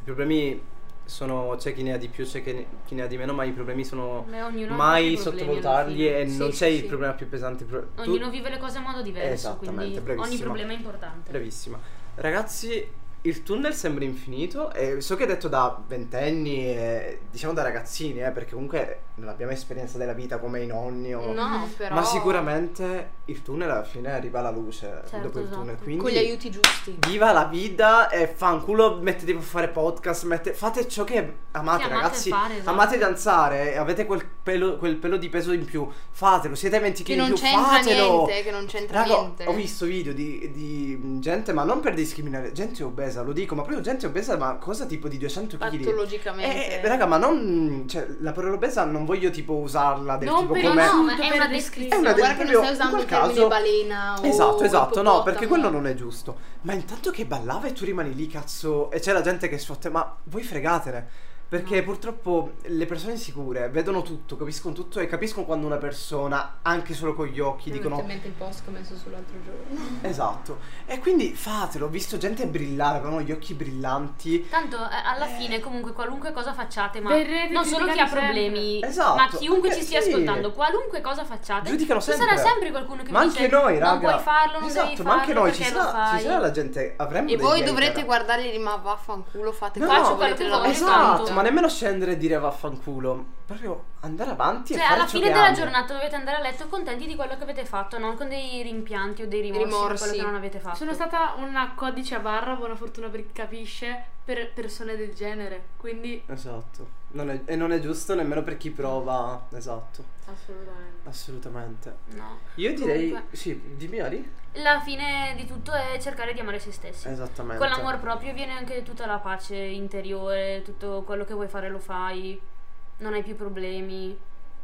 Speaker 5: I problemi sono... c'è chi ne ha di più, c'è chi ne, chi ne ha di meno, ma i problemi sono...
Speaker 6: Beh, ognuno ha i
Speaker 5: Mai
Speaker 6: propri problemi,
Speaker 5: sottovalutarli
Speaker 6: alla
Speaker 5: e
Speaker 4: Sì,
Speaker 5: non
Speaker 4: sì,
Speaker 5: c'è il
Speaker 4: sì.
Speaker 5: problema più pesante. il pro-
Speaker 6: fine.
Speaker 5: tu-
Speaker 6: Ognuno vive le cose a modo diverso,
Speaker 5: Esattamente,
Speaker 6: quindi ogni
Speaker 5: bravissima.
Speaker 6: problema è importante.
Speaker 5: Bravissima. Ragazzi, il tunnel sembra infinito e so che è detto da ventenni e diciamo da ragazzini, eh, perché comunque non abbiamo esperienza della vita come i nonni o...
Speaker 4: No, però
Speaker 5: Ma sicuramente il tunnel alla fine arriva alla luce
Speaker 6: Certo,
Speaker 5: dopo il
Speaker 6: esatto.
Speaker 5: tunnel,
Speaker 4: con gli
Speaker 5: quindi
Speaker 4: aiuti giusti.
Speaker 5: viva la vita e fanculo, mettetevi a fare podcast, mette- fate ciò che amate
Speaker 6: Sì, amate
Speaker 5: ragazzi,
Speaker 6: fare, esatto.
Speaker 5: amate danzare, avete quel pelo, quel pelo di peso in più, fatelo, siete 20 kg
Speaker 4: Che
Speaker 5: in
Speaker 4: non
Speaker 5: più,
Speaker 4: c'entra
Speaker 5: fatelo!
Speaker 4: niente, che non c'entra
Speaker 5: Raga,
Speaker 4: niente.
Speaker 5: ho visto video di, di gente, ma non per discriminare, gente obesa, lo dico, ma proprio gente obesa, ma cosa tipo di 200 kg?
Speaker 4: patologicamente.
Speaker 5: Eh, raga, ma non. Cioè, la parola obesa non voglio tipo usarla del
Speaker 6: Non
Speaker 5: tipo
Speaker 6: per
Speaker 5: come.
Speaker 6: no, ma
Speaker 4: Tutto
Speaker 6: è
Speaker 4: per
Speaker 6: una
Speaker 4: descrizione.
Speaker 5: È una de-
Speaker 6: descrizione.
Speaker 4: Guarda che non
Speaker 5: proprio
Speaker 4: stai usando
Speaker 5: in
Speaker 4: il
Speaker 5: quel
Speaker 4: termine
Speaker 5: caso-
Speaker 4: balena o
Speaker 5: Esatto, esatto, no,
Speaker 4: ippopotamo.
Speaker 5: perché quello non è giusto. Ma intanto che ballava e tu rimani lì, cazzo, e c'è la gente che sfotte, ma voi fregatene. Perché purtroppo le persone insicure vedono tutto, capiscono tutto e capiscono quando una persona, anche solo con gli occhi,
Speaker 4: Mi è venuto
Speaker 5: dicono
Speaker 4: in mente il post che ho messo sull'altro giorno.
Speaker 5: Esatto. E quindi fatelo, ho visto gente brillare, avevano gli occhi brillanti.
Speaker 6: Tanto eh, alla fine comunque qualunque cosa facciate, ma
Speaker 7: Verrete
Speaker 6: non solo chi ha
Speaker 7: criticati
Speaker 6: problemi,
Speaker 5: Esatto,
Speaker 6: ma chiunque
Speaker 5: eh,
Speaker 6: ci stia
Speaker 5: sì.
Speaker 6: ascoltando, qualunque cosa facciate,
Speaker 5: Giudicano
Speaker 6: ci
Speaker 5: sempre.
Speaker 6: sarà sempre qualcuno che
Speaker 5: Ma
Speaker 6: vi
Speaker 5: anche
Speaker 6: dice
Speaker 5: noi, raga.
Speaker 6: non puoi farlo, non
Speaker 5: esatto,
Speaker 6: devi farlo,
Speaker 5: ma anche noi ci
Speaker 6: perché lo
Speaker 5: sarà,
Speaker 6: fai.
Speaker 5: ci sarà la gente, avremo
Speaker 4: E
Speaker 5: degli
Speaker 4: voi
Speaker 5: hater.
Speaker 4: dovrete guardarli lì, ma vaffanculo, fate
Speaker 5: No,
Speaker 4: quello
Speaker 5: no,
Speaker 4: che volete
Speaker 6: quello
Speaker 4: la
Speaker 6: che
Speaker 4: vostra
Speaker 6: volete,
Speaker 4: vita.
Speaker 5: Esatto, ma nemmeno scendere e dire vaffanculo, proprio andare avanti e
Speaker 6: Cioè,
Speaker 5: fare
Speaker 6: alla
Speaker 5: ciò
Speaker 6: fine
Speaker 5: che
Speaker 6: della
Speaker 5: ami.
Speaker 6: giornata dovete andare a letto contenti di quello che avete fatto, non con dei rimpianti o dei rimorsi,
Speaker 4: Rimorsi.
Speaker 6: per quello che non avete fatto.
Speaker 7: Sono stata una codice a barra, buona fortuna per chi capisce, per persone del genere. Quindi,
Speaker 5: Esatto. Non è- e non è giusto nemmeno per chi prova. Esatto,
Speaker 7: assolutamente.
Speaker 5: assolutamente.
Speaker 6: No.
Speaker 5: Io direi
Speaker 6: Comunque.
Speaker 5: sì, dimmi Ali.
Speaker 6: La fine di tutto è cercare di amare se stessi.
Speaker 5: Esattamente.
Speaker 6: Con l'amor proprio viene anche tutta la pace interiore, tutto quello che vuoi fare lo fai, non hai più problemi.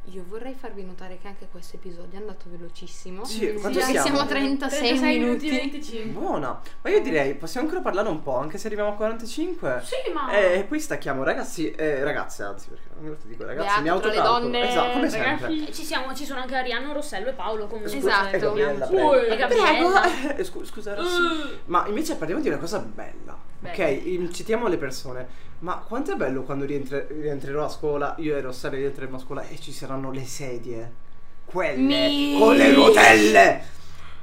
Speaker 4: Io vorrei farvi notare che anche questo episodio è andato velocissimo.
Speaker 5: Sì, quanto
Speaker 4: perché
Speaker 5: siamo?
Speaker 4: siamo a 36,
Speaker 7: 36
Speaker 4: minuti.
Speaker 7: minuti 25.
Speaker 5: Buona. Ma io direi possiamo ancora parlare un po', anche se arriviamo a 45.
Speaker 7: Sì, ma
Speaker 5: E e poi stacchiamo ragazzi e ragazze, anzi, perché non ti dico
Speaker 4: Beato
Speaker 5: ragazzi, mi
Speaker 4: tra le
Speaker 5: autocalcolo.
Speaker 4: donne,
Speaker 5: esatto, come sempre.
Speaker 7: ragazzi,
Speaker 6: Eh, Ci, siamo, ci sono anche Ariano, Rossello e Paolo comunque.
Speaker 4: Esatto.
Speaker 5: E Gabriella,
Speaker 6: Ui,
Speaker 5: prego.
Speaker 6: e Gabriella.
Speaker 5: Eh, scu- scusa, Rossi. Ma invece parliamo di una cosa bella. Ok, incitiamo le persone. Ma quanto è bello quando rientre- rientrerò a scuola, io e Rossella rientreremo a scuola e ci saranno le sedie. Quelle
Speaker 4: Mi-
Speaker 5: con le rotelle.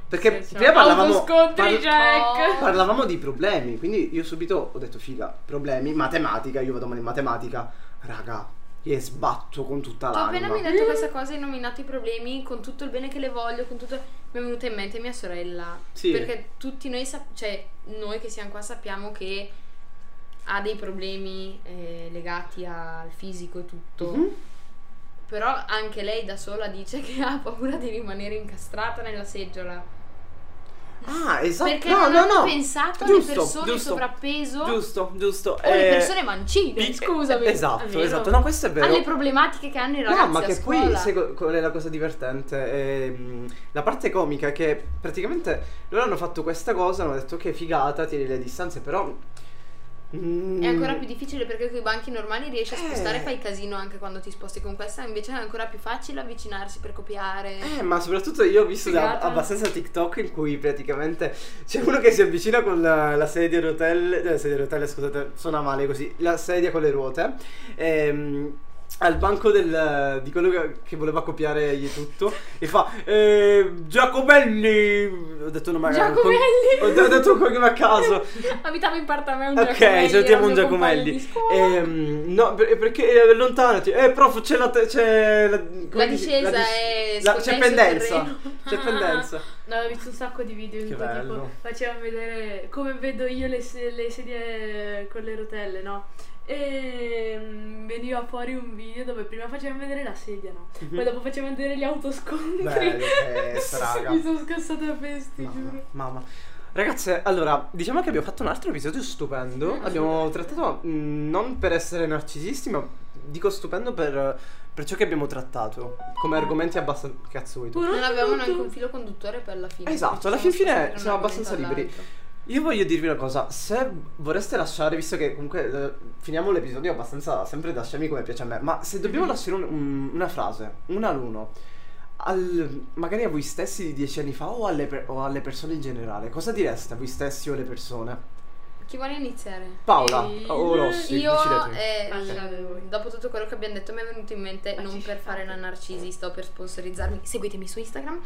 Speaker 5: Perché
Speaker 7: Sì, sì.
Speaker 5: prima parlavamo
Speaker 7: Autoscontri,
Speaker 5: par-
Speaker 4: cioè.
Speaker 7: Jack.
Speaker 5: parlavamo di problemi, quindi io subito ho detto figa, problemi, matematica, io vado male in matematica. Raga, e sbatto con tutta
Speaker 4: Tu appena mi hai
Speaker 5: l'anima.
Speaker 4: detto questa cosa, hai nominato i problemi con tutto il bene che le voglio, con tutto. Mi è venuta in mente mia sorella.
Speaker 5: Sì.
Speaker 4: Perché tutti noi, sap- cioè noi che siamo qua sappiamo che ha dei problemi eh, legati al fisico e tutto.
Speaker 5: Mhm.
Speaker 4: Però anche lei da sola dice che ha paura di rimanere incastrata nella seggiola.
Speaker 5: Ah, esatto.
Speaker 4: Perché
Speaker 5: no,
Speaker 4: non
Speaker 5: no,
Speaker 4: hanno
Speaker 5: no.
Speaker 4: pensato alle
Speaker 5: Giusto,
Speaker 4: persone in
Speaker 5: giusto.
Speaker 4: sovrappeso
Speaker 5: Giusto, giusto.
Speaker 4: o alle
Speaker 5: Eh,
Speaker 4: persone mancine,
Speaker 5: pi-
Speaker 4: scusami.
Speaker 5: eh,
Speaker 4: È
Speaker 5: Esatto,
Speaker 4: vero.
Speaker 5: esatto. No, questo è vero.
Speaker 4: Alle problematiche che hanno i ragazzi
Speaker 5: No, ma
Speaker 4: a
Speaker 5: che
Speaker 4: scuola.
Speaker 5: poi sai co- qual è la cosa divertente? Ehm, la parte comica è che praticamente loro hanno fatto questa cosa, hanno detto che figata, tieni le distanze, però... mm,
Speaker 4: È ancora più difficile perché con i banchi normali riesci a
Speaker 5: Eh.
Speaker 4: spostare e fai casino anche quando ti sposti con questa, invece è ancora più facile avvicinarsi per copiare.
Speaker 5: Eh, ma soprattutto io ho visto da-
Speaker 6: Figata.
Speaker 5: abbastanza TikTok in cui praticamente c'è uno che si avvicina con la, la sedia a rotelle, eh, sedia a rotelle, scusate, suona male così, la sedia con le ruote, ehm, al banco del, di quello che, che voleva copiare gli tutto e fa eh, Giacomelli, ho detto un nome
Speaker 4: Giacomelli!
Speaker 5: Ho, ho detto un cognome a caso.
Speaker 4: Abitavo in parte a me un Giacomelli,
Speaker 5: Ok,
Speaker 4: era
Speaker 5: sentiamo un
Speaker 4: mio compagno
Speaker 5: Giacomelli.
Speaker 4: di scuola.
Speaker 5: Ehm, no, per- perché eh, lontanati. Eh, prof, c'è la. te- c'è la,
Speaker 4: La
Speaker 5: come dici?
Speaker 4: discesa
Speaker 5: dis-
Speaker 4: è
Speaker 5: la-
Speaker 4: scondensa
Speaker 5: c'è
Speaker 4: il
Speaker 5: pendenza.
Speaker 4: terreno.
Speaker 5: C'è pendenza.
Speaker 7: No, ho visto un sacco di video in
Speaker 5: Che
Speaker 7: cui
Speaker 5: bello.
Speaker 7: tipo facevano vedere come vedo io le, se- le sedie con le rotelle, no? E mm, veniva fuori un video dove prima facevano vedere la sedia, no? Poi dopo facevano vedere gli autoscontri.
Speaker 5: Mhm. Bello, eh, raga.
Speaker 7: Mi sono scassata a pesti,
Speaker 5: Mamma,
Speaker 7: giuro.
Speaker 5: mamma. Ragazze, allora, diciamo che abbiamo fatto un altro episodio
Speaker 4: Eh,
Speaker 5: stupendo. Abbiamo trattato, mh, non per essere narcisisti, ma dico stupendo per, per ciò che abbiamo trattato. Come argomenti abbastanza... Cazzo vuoi tu?
Speaker 4: Non avevamo neanche un filo conduttore per la fine.
Speaker 5: Esatto, alla
Speaker 4: Possiamo
Speaker 5: fin fine
Speaker 4: passare da un
Speaker 5: siamo
Speaker 4: argomento
Speaker 5: abbastanza liberi.
Speaker 4: all'altro.
Speaker 5: Io voglio dirvi una cosa, se vorreste lasciare, visto che comunque eh, finiamo l'episodio abbastanza sempre da scemi come piace a me, ma se dobbiamo lasciare un- un- una frase, una all'uno, al- magari a voi stessi di dieci anni fa o alle, per- o alle persone in generale, cosa direste a voi stessi o alle persone?
Speaker 4: Chi vuole iniziare?
Speaker 5: Paola
Speaker 7: Eh,
Speaker 5: o Rossi,
Speaker 4: Mm, Io,
Speaker 5: decidete.
Speaker 4: eh,
Speaker 7: Lasciate voi.
Speaker 4: dopo tutto quello che abbiamo detto, mi è venuto in mente, non per fare la narcisista o per sponsorizzarmi, seguitemi su Instagram.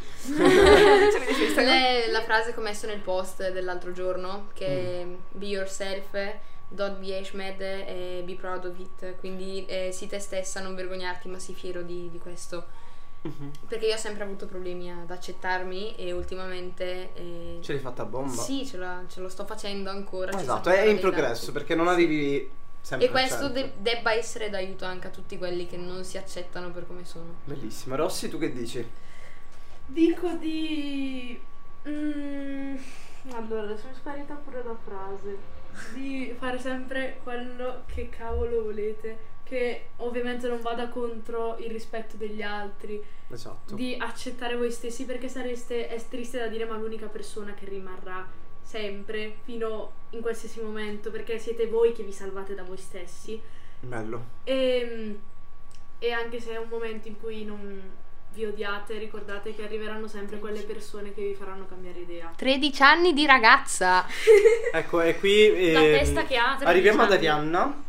Speaker 4: Le- la frase che ho messo nel post dell'altro giorno, che
Speaker 5: Mm.
Speaker 4: be yourself, don't be ashamed, e be proud of it. Quindi eh, sii te stessa, non vergognarti, ma sii fiero di, di questo.
Speaker 5: Mhm.
Speaker 4: Perché io ho sempre avuto problemi ad accettarmi e ultimamente... eh,
Speaker 5: Ce l'hai fatta a bomba?
Speaker 4: sì, ce, la- ce lo sto facendo ancora. ci sono
Speaker 5: Esatto,
Speaker 4: ancora
Speaker 5: è in
Speaker 4: dei
Speaker 5: progresso,
Speaker 4: tanti.
Speaker 5: perché non arrivi sempre
Speaker 4: E questo
Speaker 5: al
Speaker 4: de-
Speaker 5: centro.
Speaker 4: debba essere d'aiuto anche a tutti quelli che non si accettano per come sono.
Speaker 5: Bellissimo, Rossi tu che dici?
Speaker 7: Dico di... Mm, allora, sono sparita pure la frase. Di fare sempre quello che cavolo volete, che ovviamente non vada contro il rispetto degli altri,
Speaker 5: Esatto.
Speaker 7: di accettare voi stessi perché sareste, è triste da dire, ma l'unica persona che rimarrà sempre, fino in qualsiasi momento, perché siete voi che vi salvate da voi stessi.
Speaker 5: Bello.
Speaker 7: E, Ehm, e anche se è un momento in cui non vi odiate, ricordate che arriveranno sempre quelle persone che vi faranno cambiare idea.
Speaker 4: 13 anni di ragazza!
Speaker 5: Ecco, e qui
Speaker 6: La
Speaker 5: ehm,
Speaker 6: testa che ha. 13
Speaker 5: arriviamo ad
Speaker 6: anni.
Speaker 5: Arianna.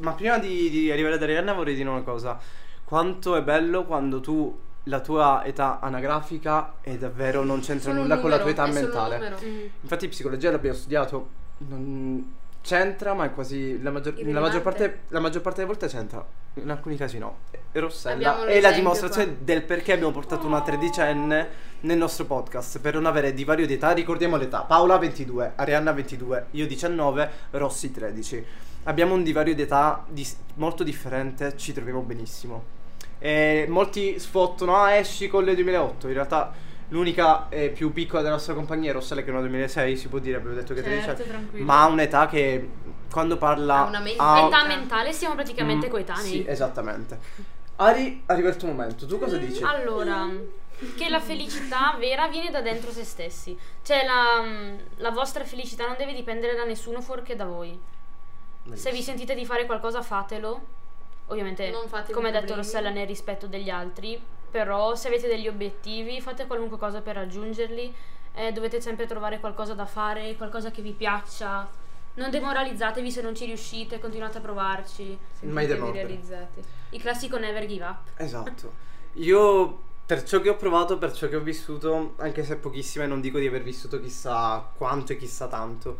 Speaker 5: Ma prima di, di arrivare ad Arianna vorrei dire una cosa. Quanto è bello quando tu la tua età anagrafica è davvero non c'entra
Speaker 4: Solo un
Speaker 5: nulla con la tua
Speaker 4: numero,
Speaker 5: età
Speaker 4: è solo un
Speaker 5: mentale.
Speaker 4: numero.
Speaker 6: Mm.
Speaker 5: Infatti psicologia l'abbiamo studiato, non c'entra, ma è quasi la maggior, la maggior
Speaker 4: Irrilevante.
Speaker 5: parte la maggior parte delle volte c'entra. In alcuni casi no. E Rossella
Speaker 4: Abbiamo
Speaker 5: è la
Speaker 4: l'esempio
Speaker 5: dimostrazione del perché abbiamo portato una tredicenne nel nostro podcast per non avere divario di età. Ricordiamo l'età: Paola 22, Arianna 22, io 19, Rossi 13. Abbiamo un divario di età dis- molto differente, ci troviamo benissimo. E molti sfottono, ah, esci con le 2008. In realtà, l'unica eh, più piccola della nostra compagnia è Rossella, che è una 2006, si può dire, abbiamo detto che 13
Speaker 6: Certo,
Speaker 5: anni.
Speaker 7: tranquillo.
Speaker 5: cioè, Ma ha un'età che quando parla.
Speaker 4: Ha una mente-
Speaker 5: ha-
Speaker 6: Età mentale, siamo praticamente
Speaker 5: Mm,
Speaker 6: coetanei.
Speaker 5: Sì, esattamente. Ari, arriva il tuo momento. Tu
Speaker 6: Mm,
Speaker 5: cosa dici?
Speaker 6: Allora,
Speaker 4: Mm.
Speaker 6: che la felicità vera viene da dentro se stessi. Cioè, la, la vostra felicità non deve dipendere da nessuno fuorché da voi. Se vi sentite di fare qualcosa, fatelo. Ovviamente,
Speaker 4: Non fatevi
Speaker 6: come ha detto
Speaker 4: problemi.
Speaker 6: Rossella, nel rispetto degli altri. Però, se avete degli obiettivi, fate qualunque cosa per raggiungerli. Eh, dovete sempre trovare qualcosa da fare, qualcosa che vi piaccia. Non demoralizzatevi se non ci riuscite, continuate a provarci.
Speaker 5: Mai
Speaker 4: Sentitevi
Speaker 5: demordere.
Speaker 4: realizzati.
Speaker 6: Il classico never give up.
Speaker 5: Esatto. Io per ciò che ho provato, per ciò che ho vissuto, anche se pochissima e non dico di aver vissuto chissà quanto e chissà tanto,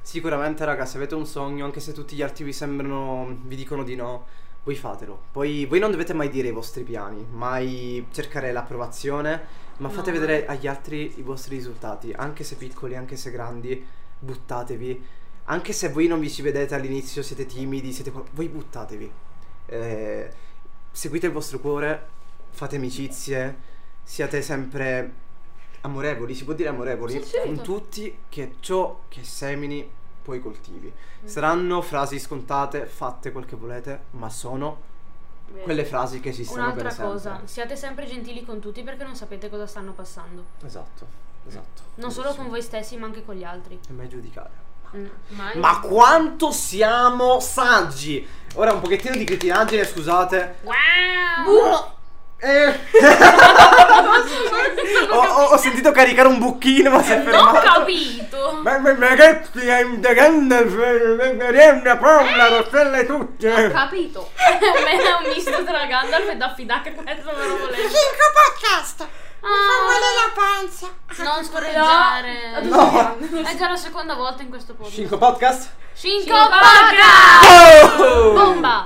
Speaker 5: sicuramente raga, se avete un sogno, anche se tutti gli altri vi sembrano vi dicono di no, voi fatelo. Poi voi non dovete mai dire i vostri piani, mai cercare l'approvazione, ma fate vedere agli altri i vostri risultati, anche se piccoli, anche se grandi, buttatevi. Anche se voi non vi ci vedete all'inizio, siete timidi, siete qual- voi buttatevi. Eh, seguite il vostro cuore, fate amicizie, siate sempre amorevoli, si può dire amorevoli,
Speaker 4: Sì, certo.
Speaker 5: con tutti che ciò che semini poi coltivi.
Speaker 6: Mm.
Speaker 5: Saranno frasi scontate, fatte quel che volete, ma sono quelle frasi che esistono per
Speaker 6: Eh, Un'altra
Speaker 5: sempre.
Speaker 6: cosa, siate sempre gentili con tutti perché non sapete cosa stanno passando.
Speaker 5: Esatto, esatto.
Speaker 6: Non solo con voi stessi, ma anche con gli altri.
Speaker 5: E mai giudicare.
Speaker 6: Mm.
Speaker 4: Mai.
Speaker 5: Ma quanto siamo saggi! Ora un pochettino di cretinaggine, scusate. Wow! ho, ho- ho sentito caricare un bucchino, ma si è
Speaker 6: Non ho
Speaker 5: fermato.
Speaker 6: capito!
Speaker 5: Ma ma- ma che ti è un grande una parola, rosselle tutte.
Speaker 4: Capito!
Speaker 6: Me è un misto tra Gandalf e Daffy Duck, questo me lo volevo.
Speaker 1: Cinco podcast! Mi fa male la panza!
Speaker 6: Non scorreggiare.
Speaker 5: No!
Speaker 6: È già la seconda volta in questo posto.
Speaker 5: Cinco podcast?
Speaker 6: Shinko
Speaker 4: Shinko
Speaker 6: Podcast!
Speaker 5: Oh!
Speaker 6: Bomba!